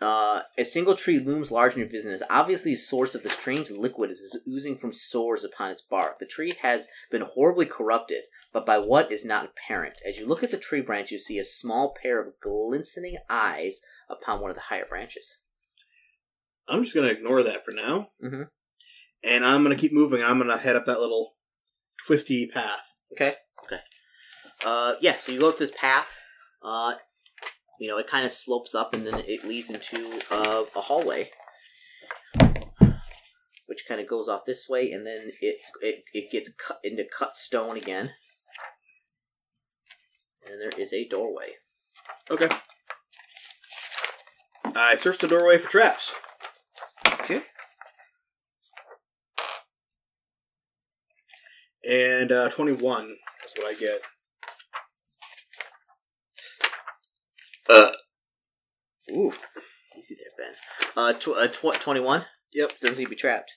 A: Uh, a single tree looms large in your vision. Is obviously a source of the strange liquid is oozing from sores upon its bark. The tree has been horribly corrupted, but by what is not apparent. As you look at the tree branch, you see a small pair of glistening eyes upon one of the higher branches.
B: I'm just gonna ignore that for now,
A: Mhm.
B: and I'm gonna keep moving. I'm gonna head up that little twisty path.
A: Okay. Okay. Uh, yeah. So you go up this path. Uh, you know, it kind of slopes up, and then it leads into uh, a hallway, which kind of goes off this way, and then it it it gets cut into cut stone again, and there is a doorway.
B: Okay. I search the doorway for traps.
A: Okay.
B: And uh, 21 is what I get. Uh,
A: Ooh, easy there, Ben. Uh, tw- uh tw- twenty-one.
B: Yep.
A: Doesn't seem to be trapped.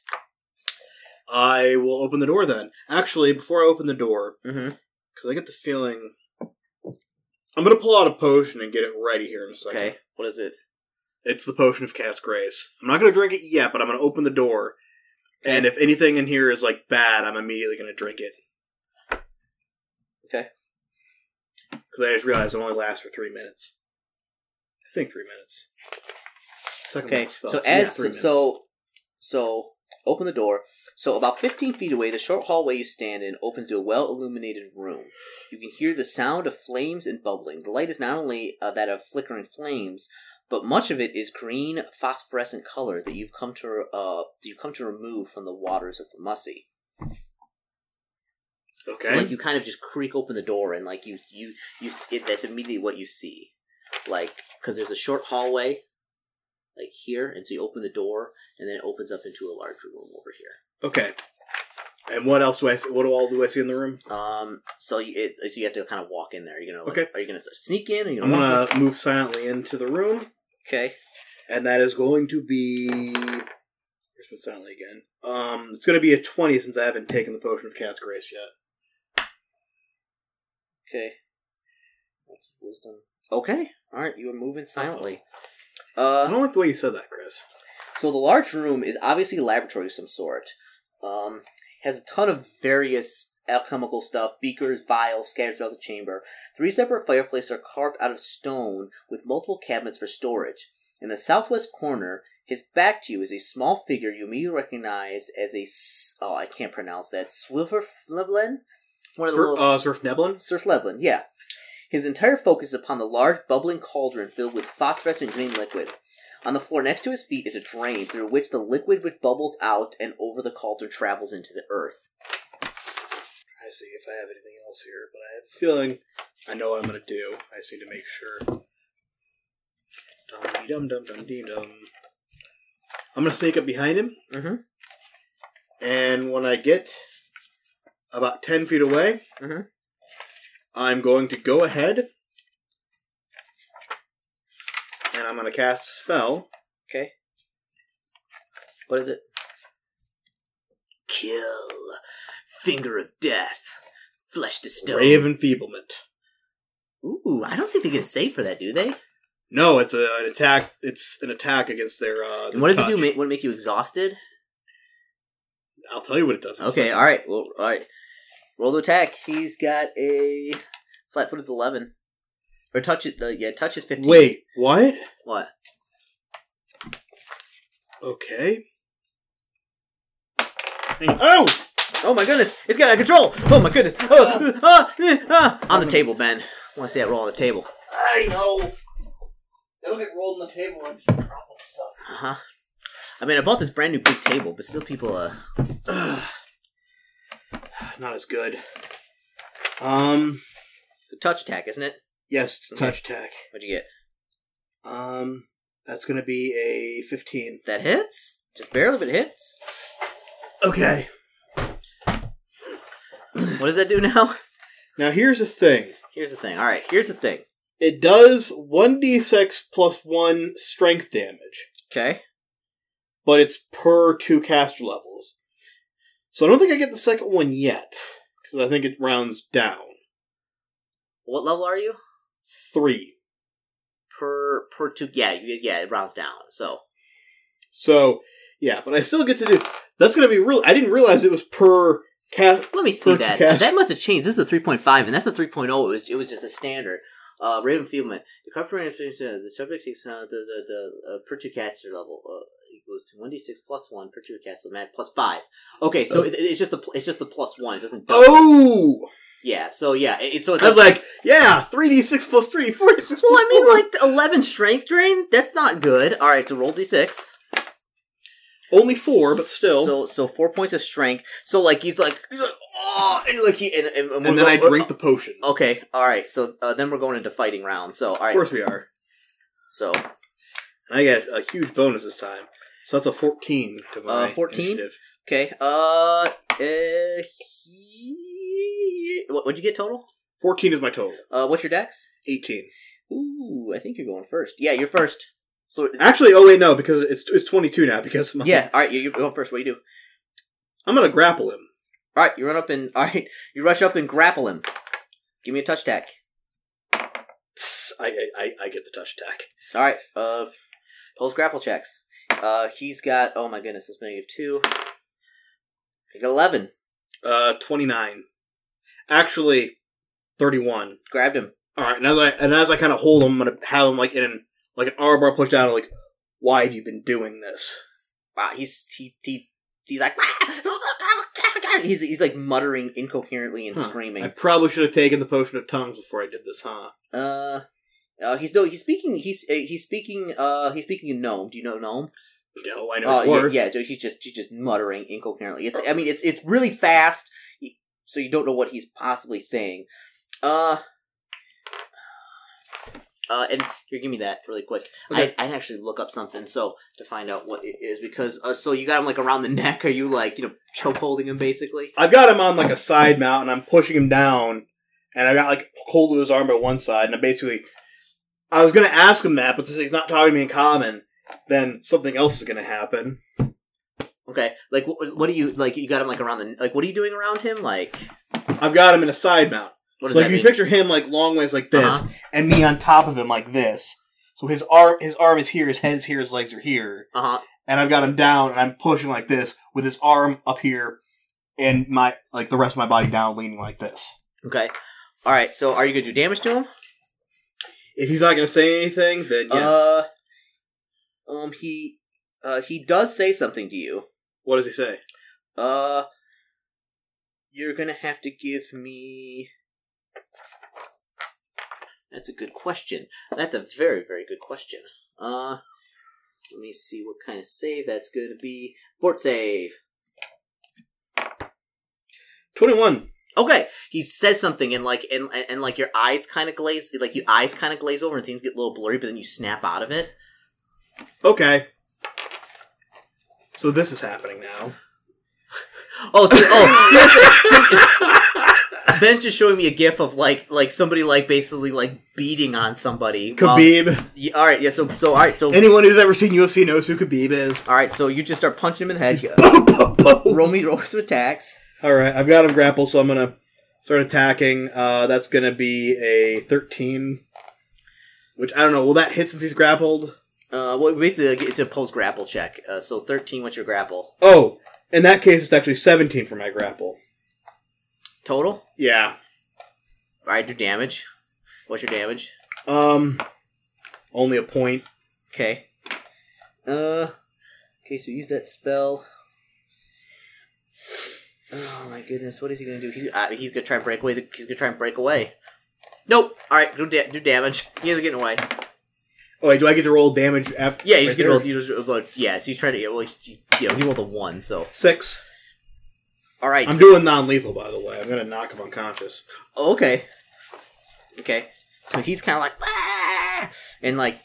B: I will open the door then. Actually, before I open the door,
A: Mm-hmm.
B: because I get the feeling. I'm going to pull out a potion and get it ready here in a second.
A: Okay. What is it?
B: It's the potion of cat's grace. I'm not going to drink it yet, but I'm going to open the door. And if anything in here is like bad, I'm immediately going to drink it.
A: Okay.
B: Because I just realized it only lasts for three minutes. I think three minutes. Second
A: Okay,
B: level spell,
A: so
B: yeah,
A: as
B: three minutes.
A: so so open the door. So about fifteen feet away, the short hallway you stand in opens to a well illuminated room. You can hear the sound of flames and bubbling. The light is not only uh, that of flickering flames, but much of it is green phosphorescent color that you've come to uh you've come to remove from the waters of the Mussy.
B: okay,
A: So like you kind of just creak open the door and like you you you s- it, that's immediately what you see, like because there's a short hallway, like here, and so you open the door, and then it opens up into a larger room over here.
B: Okay. And what else do I? See? What all do I see in the room?
A: Um, so you it, so you have to kind of walk in there. You're gonna like,
B: Okay.
A: Are you gonna sneak in? Are you
B: I'm
A: gonna? walk
B: gonna move silently into the room,
A: in? Okay.
B: and that is going to be. Here's move silently again. Um, it's going to be a twenty since I haven't taken the potion of cat's grace yet.
A: Okay. Wisdom. Okay. All right. You are moving silently. Uh,
B: I don't like the way you said that, Chris.
A: So the large room is obviously a laboratory of some sort. Um, has a ton of various alchemical stuff, beakers, vials scattered throughout the chamber. Three separate fireplaces are carved out of stone with multiple cabinets for storage. In the southwest corner, his back to you is a small figure you immediately recognize as a s- oh I can't pronounce that Swilverfleblen, one of the
B: For,
A: little
B: uh, Zerf Neblin.
A: Sir Flevlin, yeah. His entire focus is upon the large bubbling cauldron filled with phosphorescent green liquid. On the floor next to his feet is a drain through which the liquid which bubbles out and over the cauldron travels into the earth.
B: I see if I have anything else here, but I have a feeling I know what I'm going to do. I just need to make sure. Dum dum dum dum dee dum. I'm going to sneak up behind him,
A: Mhm.
B: and when I get about ten feet away,
A: Mhm.
B: I'm going to go ahead, and I'm going to cast a spell.
A: Okay. What is it? Kill. Finger of death. Flesh to stone.
B: Ray of Enfeeblement.
A: Ooh, I don't think they get a save for that, do they?
B: No, it's a, an attack. It's an attack against their. Uh,
A: And what does it
B: touch.
A: do? Make, would it make you exhausted?
B: I'll tell you what it does. in a
A: Okay,
B: second.
A: all right. Well, all right. Roll to attack. He's got a flat foot is eleven, or touch it. Uh, yeah, touch is fifteen.
B: Wait, what?
A: what?
B: Okay. Hang on. Oh!
A: Oh my goodness, it's got out of control. Oh my goodness. Oh, ah, eh, ah. On the table, Ben. I want to see that roll on the table.
B: I know. It'll get rolled on the table and just drop on stuff.
A: Uh huh. I mean, I bought this brand new big table, but still, people. Uh,
B: Not as good. Um.
A: it's a touch attack, isn't it?
B: Yes, it's
A: Okay.
B: touch attack.
A: What'd you get?
B: Um. That's gonna be a fifteen.
A: That hits. Just barely, but it hits.
B: Okay.
A: What does that do now?
B: Now here's the thing.
A: Here's the thing. All right, here's the thing.
B: It does one d6 plus one strength damage.
A: Okay.
B: but it's per two caster levels. So I don't think I get the second one yet because I think it rounds down
A: What level are you?
B: three.
A: Per per two. Yeah, you, yeah. It rounds down. So
B: So yeah, but I still get to do. That's gonna be real. I didn't realize it was per cast.
A: Let me see
B: Fruit
A: that.
B: cast.
A: That must have changed. This is the 3.5, and that's the 3.0. oh. It was it was just a standard. Uh, Raven Fieldman. The corporate the subject takes uh, the the, the uh, per two caster level uh, equals to one d six plus one per two caster mat plus five. Okay, so it, it's just the pl- it's just the plus one. It doesn't. Double.
B: Oh,
A: yeah. So yeah, it, it- so it's
B: I was like, yeah, three d six plus three, four d six.
A: well, I mean, like eleven strength drain. That's not good. All right, so roll d six.
B: only four, but still.
A: So so four points of strength. So like he's like he's like oh and like he and and, and
B: and
A: we're
B: then I
A: go- uh,
B: drink the potion.
A: Okay, all right. So uh, then we're going into fighting round. So all
B: Of
A: right.
B: course we are.
A: So
B: And I get a huge bonus this time. So that's a fourteen to my
A: Uh, 14?
B: initiative.
A: okay. Uh, uh he... what would you get total?
B: Fourteen is my total.
A: Uh, what's your dex?
B: Eighteen.
A: Ooh, I think you're going first. Yeah, you're first. So
B: Actually, oh wait, no, because it's it's twenty two now because of my
A: yeah. All right, you're, you're going first. What do you do?
B: I'm gonna grapple him.
A: All right, you run up and all right, you rush up and grapple him. Give me a touch attack.
B: Tss, I, I- I I get the touch attack.
A: All right. Uh, pulls grapple checks. Uh, he's got oh my goodness, it's negative two. I got eleven.
B: Uh, twenty nine, actually, thirty one.
A: Grabbed him.
B: All right, and as I and as I kind of hold him, I'm gonna have him like in an, like an arm bar pushed down. Like, why have you been doing this?
A: wow, he's he, he's he's like "Ah, he's he's like muttering incoherently and
B: Huh. I
A: screaming.
B: probably should have taken the potion of tongues before I did this, huh?
A: Uh, uh, he's no, he's speaking, he's uh, he's speaking, uh, he's speaking in gnome. Do you know gnome?
B: No, I know.
A: Oh
B: dwarf.
A: yeah, yeah. So he's just he's just muttering incoherently. It's I mean it's it's really fast, so you don't know what he's possibly saying. Uh, Uh, and here, give me that really quick.
B: Okay.
A: I, I'd actually look up something so to find out what it is because uh, so you got him like around the neck. Are you like you know choke holding him basically?
B: I've got him on like a side mount, and I'm pushing him down, and I got like hold of his arm by one side, and I basically, I was gonna ask him that, but since he's not talking to me in common, then something else is gonna happen.
A: Okay, like what, what do you like? You got him like around the like what are you doing around him? Like
B: I've got him in a side mount,
A: what does
B: so like
A: that
B: you
A: mean?
B: picture him like long ways like this,
A: Uh-huh.
B: and me on top of him like this. So his arm, his arm is here, his head is here, his legs are here,
A: Uh huh.
B: and I've got him down, and I'm pushing like this with his arm up here, and my like the rest of my body down, leaning like this.
A: Okay. All right. So are you gonna do damage to him?
B: If he's not gonna say anything, then yes.
A: Uh, um, he uh he does say something to you.
B: what does he say?
A: Uh, you're gonna have to give me. That's a good question. That's a very, very good question. Uh, let me see what kind of save that's gonna be. Fort save.
B: Twenty-one.
A: Okay, he says something and like and and, and like your eyes kind of glaze, like your eyes kind of glaze over and things get a little blurry, but then you snap out of it.
B: Okay. So this is happening now.
A: Oh, so, oh, so yes, so it's- Ben's just showing me a gif of like like somebody like basically like beating on somebody. while-
B: Khabib.
A: Yeah, all right. Yeah. So so all right. So
B: Anyone who's ever seen UFC knows who Khabib is.
A: all right. So you just start punching him in the head. Yeah. roll me roll some attacks.
B: All right, I've got him grappled, so I'm gonna start attacking. Uh, that's gonna be a 13, which I don't know. Will that hit since he's grappled?
A: Uh, well, basically it's a post grapple check. Uh, so thirteen. What's your grapple
B: Oh, in that case, it's actually 17 for my grapple.
A: total? All
B: Yeah.
A: right. Do damage. What's your damage?
B: Um, only a point.
A: Okay. Uh. Okay. So use that spell. Oh my goodness! What is he gonna do? He's uh, he's gonna try and break away. The, he's gonna try and break away. Nope. All right. Do da- do damage. He isn't getting away.
B: Oh, wait, do I get to roll damage after?
A: Yeah. He's
B: right
A: gonna roll.
B: there?
A: You just, well, uh, yeah. So he's trying to. yeah, Well, he, you know, he rolled a one. So
B: six.
A: all right.
B: I'm
A: so-
B: doing non-lethal, by the way. I'm gonna knock him unconscious.
A: Oh, okay. Okay. So he's kind of like, "Ah!" and like,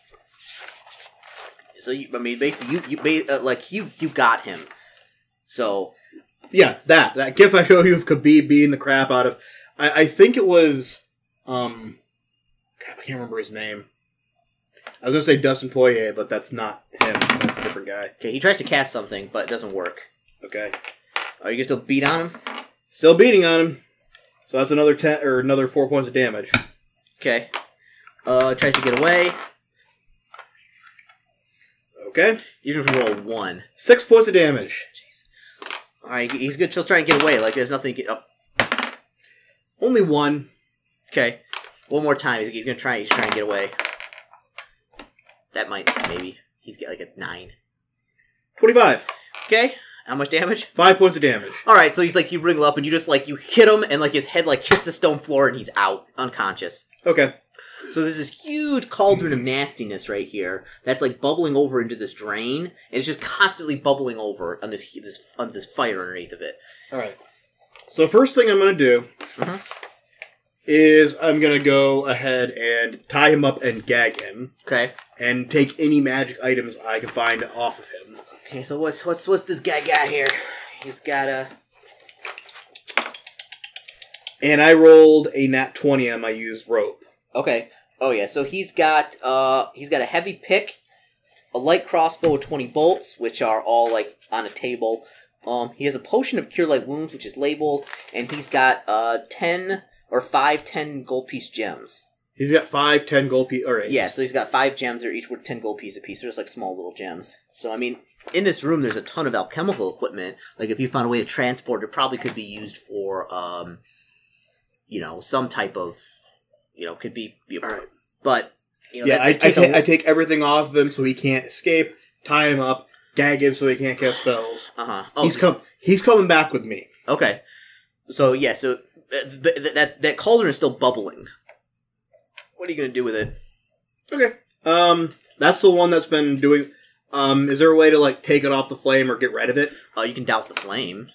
A: so you, I mean, basically, you, you, ba- uh, like, you, you got him. So,
B: Yeah, that that gif I showed you of Khabib beating the crap out of. I, I think it was, um, crap, I can't remember his name. I was gonna say Dustin Poirier, but that's not him. That's a different guy.
A: okay, he tries to cast something, but it doesn't work.
B: Okay,
A: Are you gonna still beat on him?
B: still beating on him. So that's another ten or another four points of damage.
A: Okay. Uh, tries to get away.
B: Okay,
A: Even if we roll a one.
B: six points of damage.
A: All right, he- he's good. She'll try and get away. Like, there's nothing to get oh, up.
B: Only one.
A: Okay. One more time. He's, he's gonna try. He's trying to get away. That might, maybe. He's got like a nine.
B: 25.
A: Okay. How much damage?
B: Five points of damage.
A: All right, so he's like you wriggle up and you just like you hit him and like his head like hits the stone floor and he's out unconscious.
B: Okay.
A: So there's this huge cauldron of nastiness right here that's like bubbling over into this drain and it's just constantly bubbling over on this this on this fire underneath of it.
B: All right. So first thing I'm gonna do
A: Mhm.
B: is I'm gonna go ahead and tie him up and gag him.
A: Okay.
B: and take any magic items I can find off of him.
A: Okay. So what's what's what's this guy got here? He's got a
B: And I rolled a nat 20 on my used rope.
A: okay. Oh yeah. So he's got uh he's got a heavy pick, a light crossbow with twenty bolts, which are all like on a table. Um, he has a potion of cure light wounds, which is labeled, and he's got uh ten or five ten gold piece gems.
B: He's got five, ten gold pieces. All right.
A: Yeah, so he's got five gems. They're each worth ten gold piece apiece. They're just like small little gems. So I mean, in this room, there's a ton of alchemical equipment. Like if you found a way to transport, it probably could be used for um, you know, some type of, you know, could be.
B: All right.
A: But you know,
B: Yeah,
A: that-
B: I, I,
A: that takes a
B: ta-
A: lo-
B: I take everything off of him so he can't escape, tie him up, gag him so he can't cast spells.
A: Uh-huh. Oh,
B: he's, com- he's coming back with me.
A: okay. So yeah, so uh, th- th- that that cauldron is still bubbling. What are you gonna do with it?
B: Okay. Um, that's the one that's been
A: Oh,
B: doing. Um, is there a way to like take it off the flame or get rid of it?
A: Uh, you can douse the flame.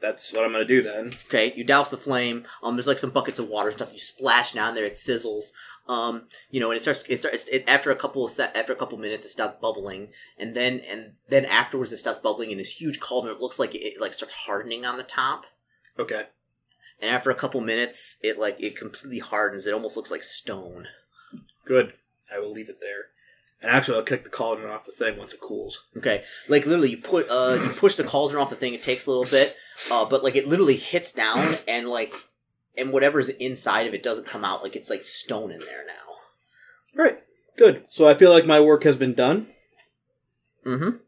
B: That's what I'm gonna do then.
A: Okay, you douse the flame. Um, there's like some buckets of water and stuff. You splash down there. It sizzles. Um, you know, and it starts. It starts it, after a couple of set. After a couple minutes, it starts bubbling, and then and then afterwards, it starts bubbling in this huge cauldron. It looks like it, it like starts hardening on the top.
B: Okay.
A: And after a couple minutes, it like it completely hardens. It almost looks like stone.
B: Good. I will leave it there. And actually, I'll kick the cauldron off the thing once it cools.
A: Okay, like literally, you put uh, you push the cauldron off the thing. It takes a little bit, uh, but like it literally hits down and like and whatever's inside of it doesn't come out. Like it's like stone in there now.
B: All right. Good. So I feel like my work has been done,
A: Mm-hmm.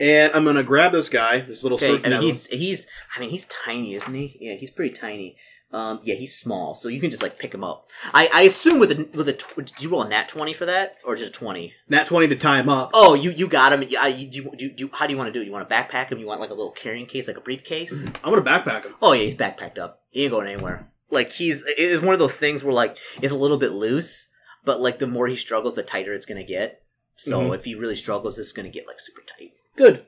B: and I'm gonna grab this guy, this little
A: Okay,
B: surf
A: I mean
B: devil.
A: he's he's I mean he's tiny, isn't he? Yeah, he's pretty tiny. Um, yeah, he's small, so you can just like pick him up. I, I assume with a with a tw- did you roll a nat twenty for that or just a twenty?
B: Nat twenty to tie him up.
A: Oh, you you got him. Yeah, you, do, you- do, you- do you- how do you want to do it? You want to backpack him? You want like a little carrying case, like a briefcase?
B: I'm gonna backpack him.
A: Oh yeah, he's backpacked up. He ain't going anywhere. Like he's it is one of those things where like it's a little bit loose, but like the more he struggles, the tighter it's gonna get. So
B: Mhm.
A: if he really struggles, it's gonna get like super tight.
B: Good.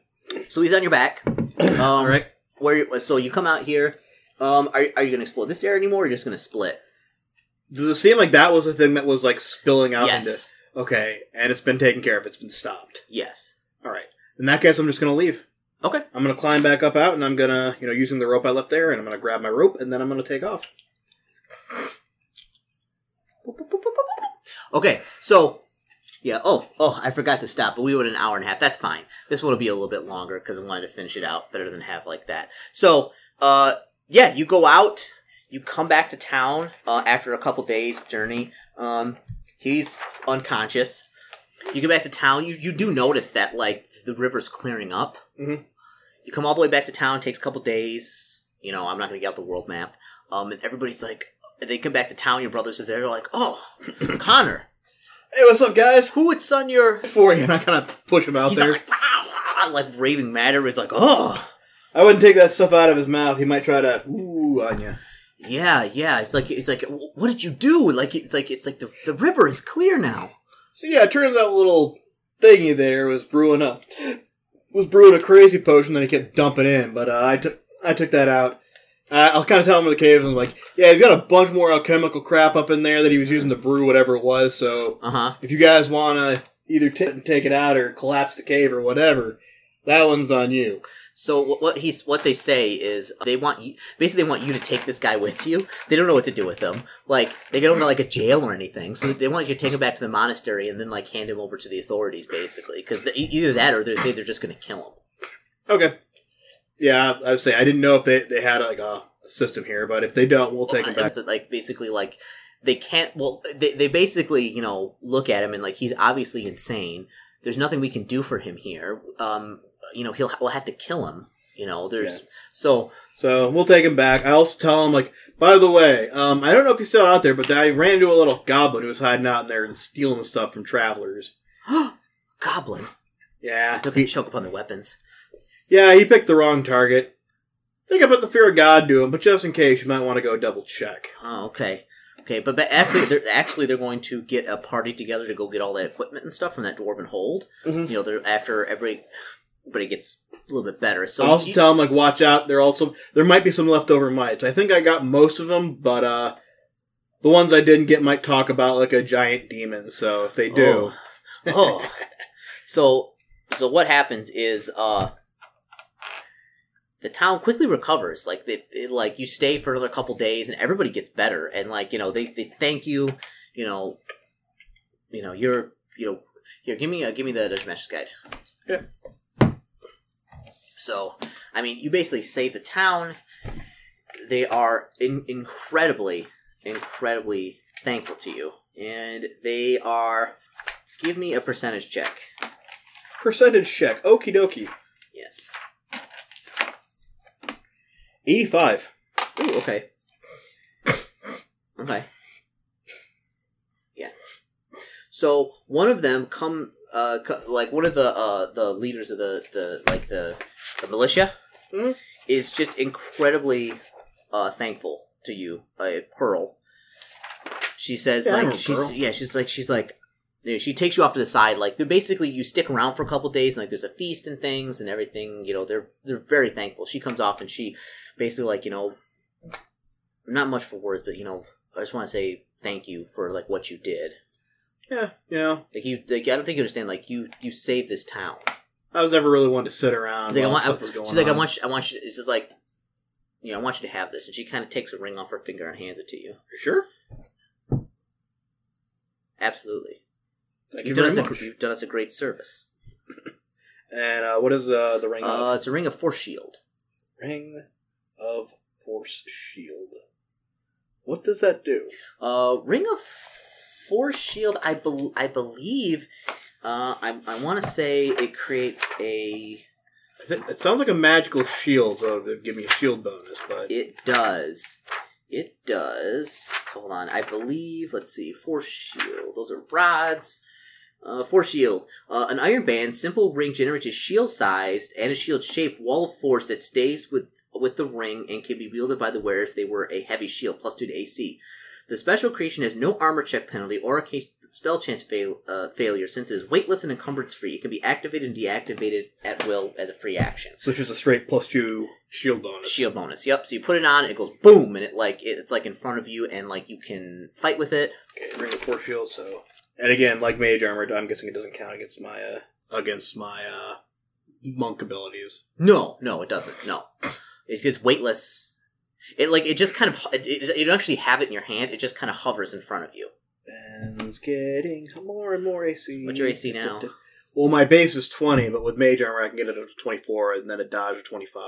A: So he's on your back. Um,
B: All right.
A: Where so you come out here. Um, are are you gonna explode this area anymore? Or you're just gonna split?
B: Does it seem like that was the thing that was like spilling out? Into-
A: yes,
B: okay, and it's been taken care of. It's been stopped.
A: yes.
B: All right. In that case, I'm just gonna leave.
A: Okay.
B: I'm gonna climb back up out, and I'm gonna, you know, using the rope I left there, and I'm gonna grab my rope, and then I'm gonna take off.
A: Okay, so yeah. Oh, oh, I forgot to stop, but we would an hour and a half. That's fine. This one will be a little bit longer because I wanted to finish it out better than have like that. So, uh, yeah, you go out, you come back to town uh, after a couple days journey. Um, he's unconscious. You get back to town. You you do notice that like the river's clearing up.
B: Mhm.
A: You come all the way back to town. Takes a couple days. You know, I'm not gonna get out the world map. Um, and everybody's like, they come back to town. Your brothers are there. They're like, oh, Connor.
B: Hey, what's up, guys?
A: Who would son your?
B: For you, and I kind of push him out
A: He's
B: there.
A: like, "Ah," like raving matter is like, oh,
B: I wouldn't take that stuff out of his mouth. He might try to ooh on you.
A: yeah, yeah. It's like, it's like, what did you do? Like, it's like, it's like the the river is clear now.
B: So yeah, it turns out little thingy there was brewing a was brewing a crazy potion that he kept dumping in. But uh, I took I took that out. Uh, I'll kind of tell him where the cave is. and I'm like, yeah, he's got a bunch more alchemical crap up in there that he was using to brew whatever it was. So
A: Uh huh.
B: if you guys wanna either t- take it out or collapse the cave or whatever, that one's on you.
A: So what, what he's what they say is they want you basically they want you to take this guy with you. They don't know what to do with him. Like they don't know like a jail or anything. So they want you to take him back to the monastery and then like hand him over to the authorities basically because either that or they say they're just going to kill him.
B: Okay. Yeah, I I would say I didn't know if they, they had like a system here, but if they don't, we'll take him back.
A: It's like basically like they can't. Well, they they basically you know look at him and like he's obviously insane. There's nothing we can do for him here. Um, you know he'll we'll have to kill him. You know there's
B: Yeah.
A: so
B: So we'll take him back. I also tell him like, by the way, um, I don't know if he's still out there, but I ran into a little goblin who was hiding out in there and stealing stuff from travelers.
A: goblin.
B: Yeah,
A: Look at choke upon their weapons.
B: yeah, he picked the wrong target. Think about the fear of God to him, but just in case, you might want to go double check.
A: Oh, okay. Okay, but, but actually, they're actually they're going to get a party together to go get all that equipment and stuff from that dwarven hold.
B: Mhm.
A: You know, they're after everybody, everybody gets a little bit better. So
B: I also
A: you-
B: tell him like, watch out. There also there might be some leftover mites. I think I got most of them, but uh, the ones I didn't get might talk about like a giant demon. So if they do,
A: Oh. Oh. so so what happens is uh the town quickly recovers. Like they it, like you stay for another couple days and everybody gets better and like, you know, they, they thank you, you know you know, you're you know here, give me uh, give me the Dungeon Master's Guide.
B: Yeah.
A: So I mean you basically save the town. They are in- incredibly, incredibly thankful to you. And they are Give me a percentage check.
B: percentage check. Okie dokie,
A: Yes.
B: eighty five.
A: Ooh, okay. Okay. Yeah. So one of them come, uh, co- like one of the uh the leaders of the the like the, the militia
B: Mhm.
A: is just incredibly uh thankful to you, uh, Pearl. She says
B: Yeah, I
A: like
B: remember
A: she's
B: Pearl.
A: yeah she's like she's like you know, she takes you off to the side. Like they're basically you stick around for a couple days, and like there's a feast and things and everything. You know, they're they're very thankful. She comes off and she basically like you know, not much for words, but you know, I just want to say thank you for like what you did.
B: Yeah, you know,
A: Like you, like I don't think you understand. Like you, you saved this town.
B: I was never really one to sit around.
A: She's like, I
B: while
A: want,
B: stuff was going
A: she's like, I
B: on.
A: want you, I want you. It's just like, you know, I want you to have this, and she kind of takes a ring off her finger and hands it to you.
B: You sure.
A: Absolutely,
B: Thank you
A: you've done
B: very
A: us
B: much.
A: a, you've done us a great service.
B: And uh, what is uh, the ring
A: Uh,
B: of?
A: it's a ring of force shield.
B: Ring of Force Shield. What does that do?
A: Uh, ring of force shield. I bel I believe. Uh, I I want to say it creates a.
B: I think- It sounds like a magical shield, so it'd give me a shield bonus, but
A: It does. It does. Hold on. I believe. Let's see. Force shield. Those are rods. Uh, force shield. Uh, an iron band, simple ring generates a shield-sized and a shield-shaped wall of force that stays with with the ring and can be wielded by the wearer if they were a heavy shield, plus two to AC. The special creation has no armor check penalty or a ca- spell chance fail, uh, failure since it is weightless and encumbrance-free. It can be activated and deactivated at will as a free action
B: so it's just a straight plus two shield bonus.
A: shield bonus. Yep. So you put it on, it goes boom, and it like it, it's like in front of you, and like you can fight with it.
B: Okay, ring of force shield. So, and again, like mage armor, I'm guessing it doesn't count against my uh, against my uh, monk abilities.
A: No, no, it doesn't. No, it gets weightless. It like it just kind of it, it, you don't actually have it in your hand. It just kind of hovers in front of you.
B: Ben's getting more and more AC.
A: What's your AC now?
B: Well, my base is 20, but with mage armor, I can get it up to 24, and then a dodge of 25.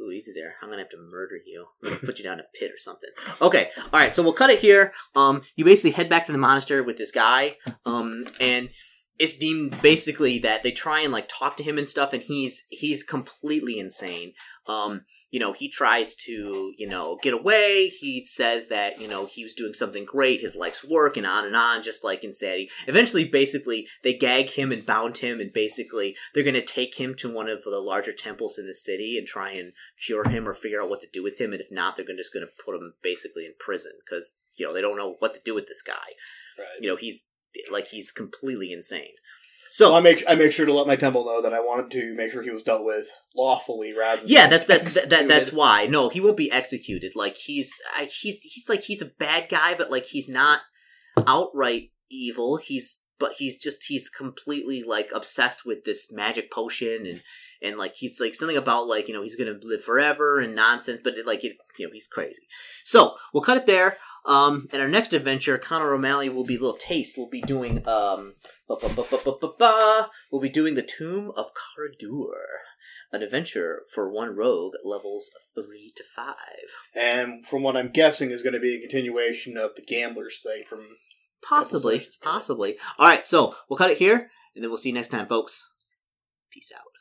A: Ooh, easy there. I'm gonna have to murder you. I'm gonna put you down in a pit or something. Okay, all right. So we'll cut it here. Um, you basically head back to the monastery with this guy. Um, and it's deemed basically that they try and like talk to him and stuff, and he's he's completely insane. Um, you know, he tries to you know get away. He says that you know he was doing something great, his life's work, and on and on, just like insanity. Eventually, basically, they gag him and bound him, and basically they're gonna take him to one of the larger temples in the city and try and cure him or figure out what to do with him, and if not, they're gonna- just going to put him basically in prison because you know they don't know what to do with this guy.
B: Right.
A: You know he's like he's completely insane.
B: Well, I
A: So
B: make I make sure to let my temple know that I wanted to make sure he was dealt with lawfully rather. Than
A: yeah, that's that's that, that, that's
B: executed.
A: why. No, he won't be executed. Like he's I, he's he's like he's a bad guy, but like he's not outright evil. He's but he's just he's completely like obsessed with this magic potion and and like he's like something about like you know he's gonna live forever and nonsense but it, like it, you know he's crazy so we'll cut it there um and our next adventure connor o'malley will be little taste we'll be doing um ba- ba- ba- ba- ba- ba- ba. we'll be doing the tomb of Caradur, an adventure for one rogue levels three to five
B: and from what I'm guessing is going to be a continuation of the gamblers thing from
A: possibly
B: sessions.
A: possibly all right so we'll cut it here and then we'll see you next time folks peace out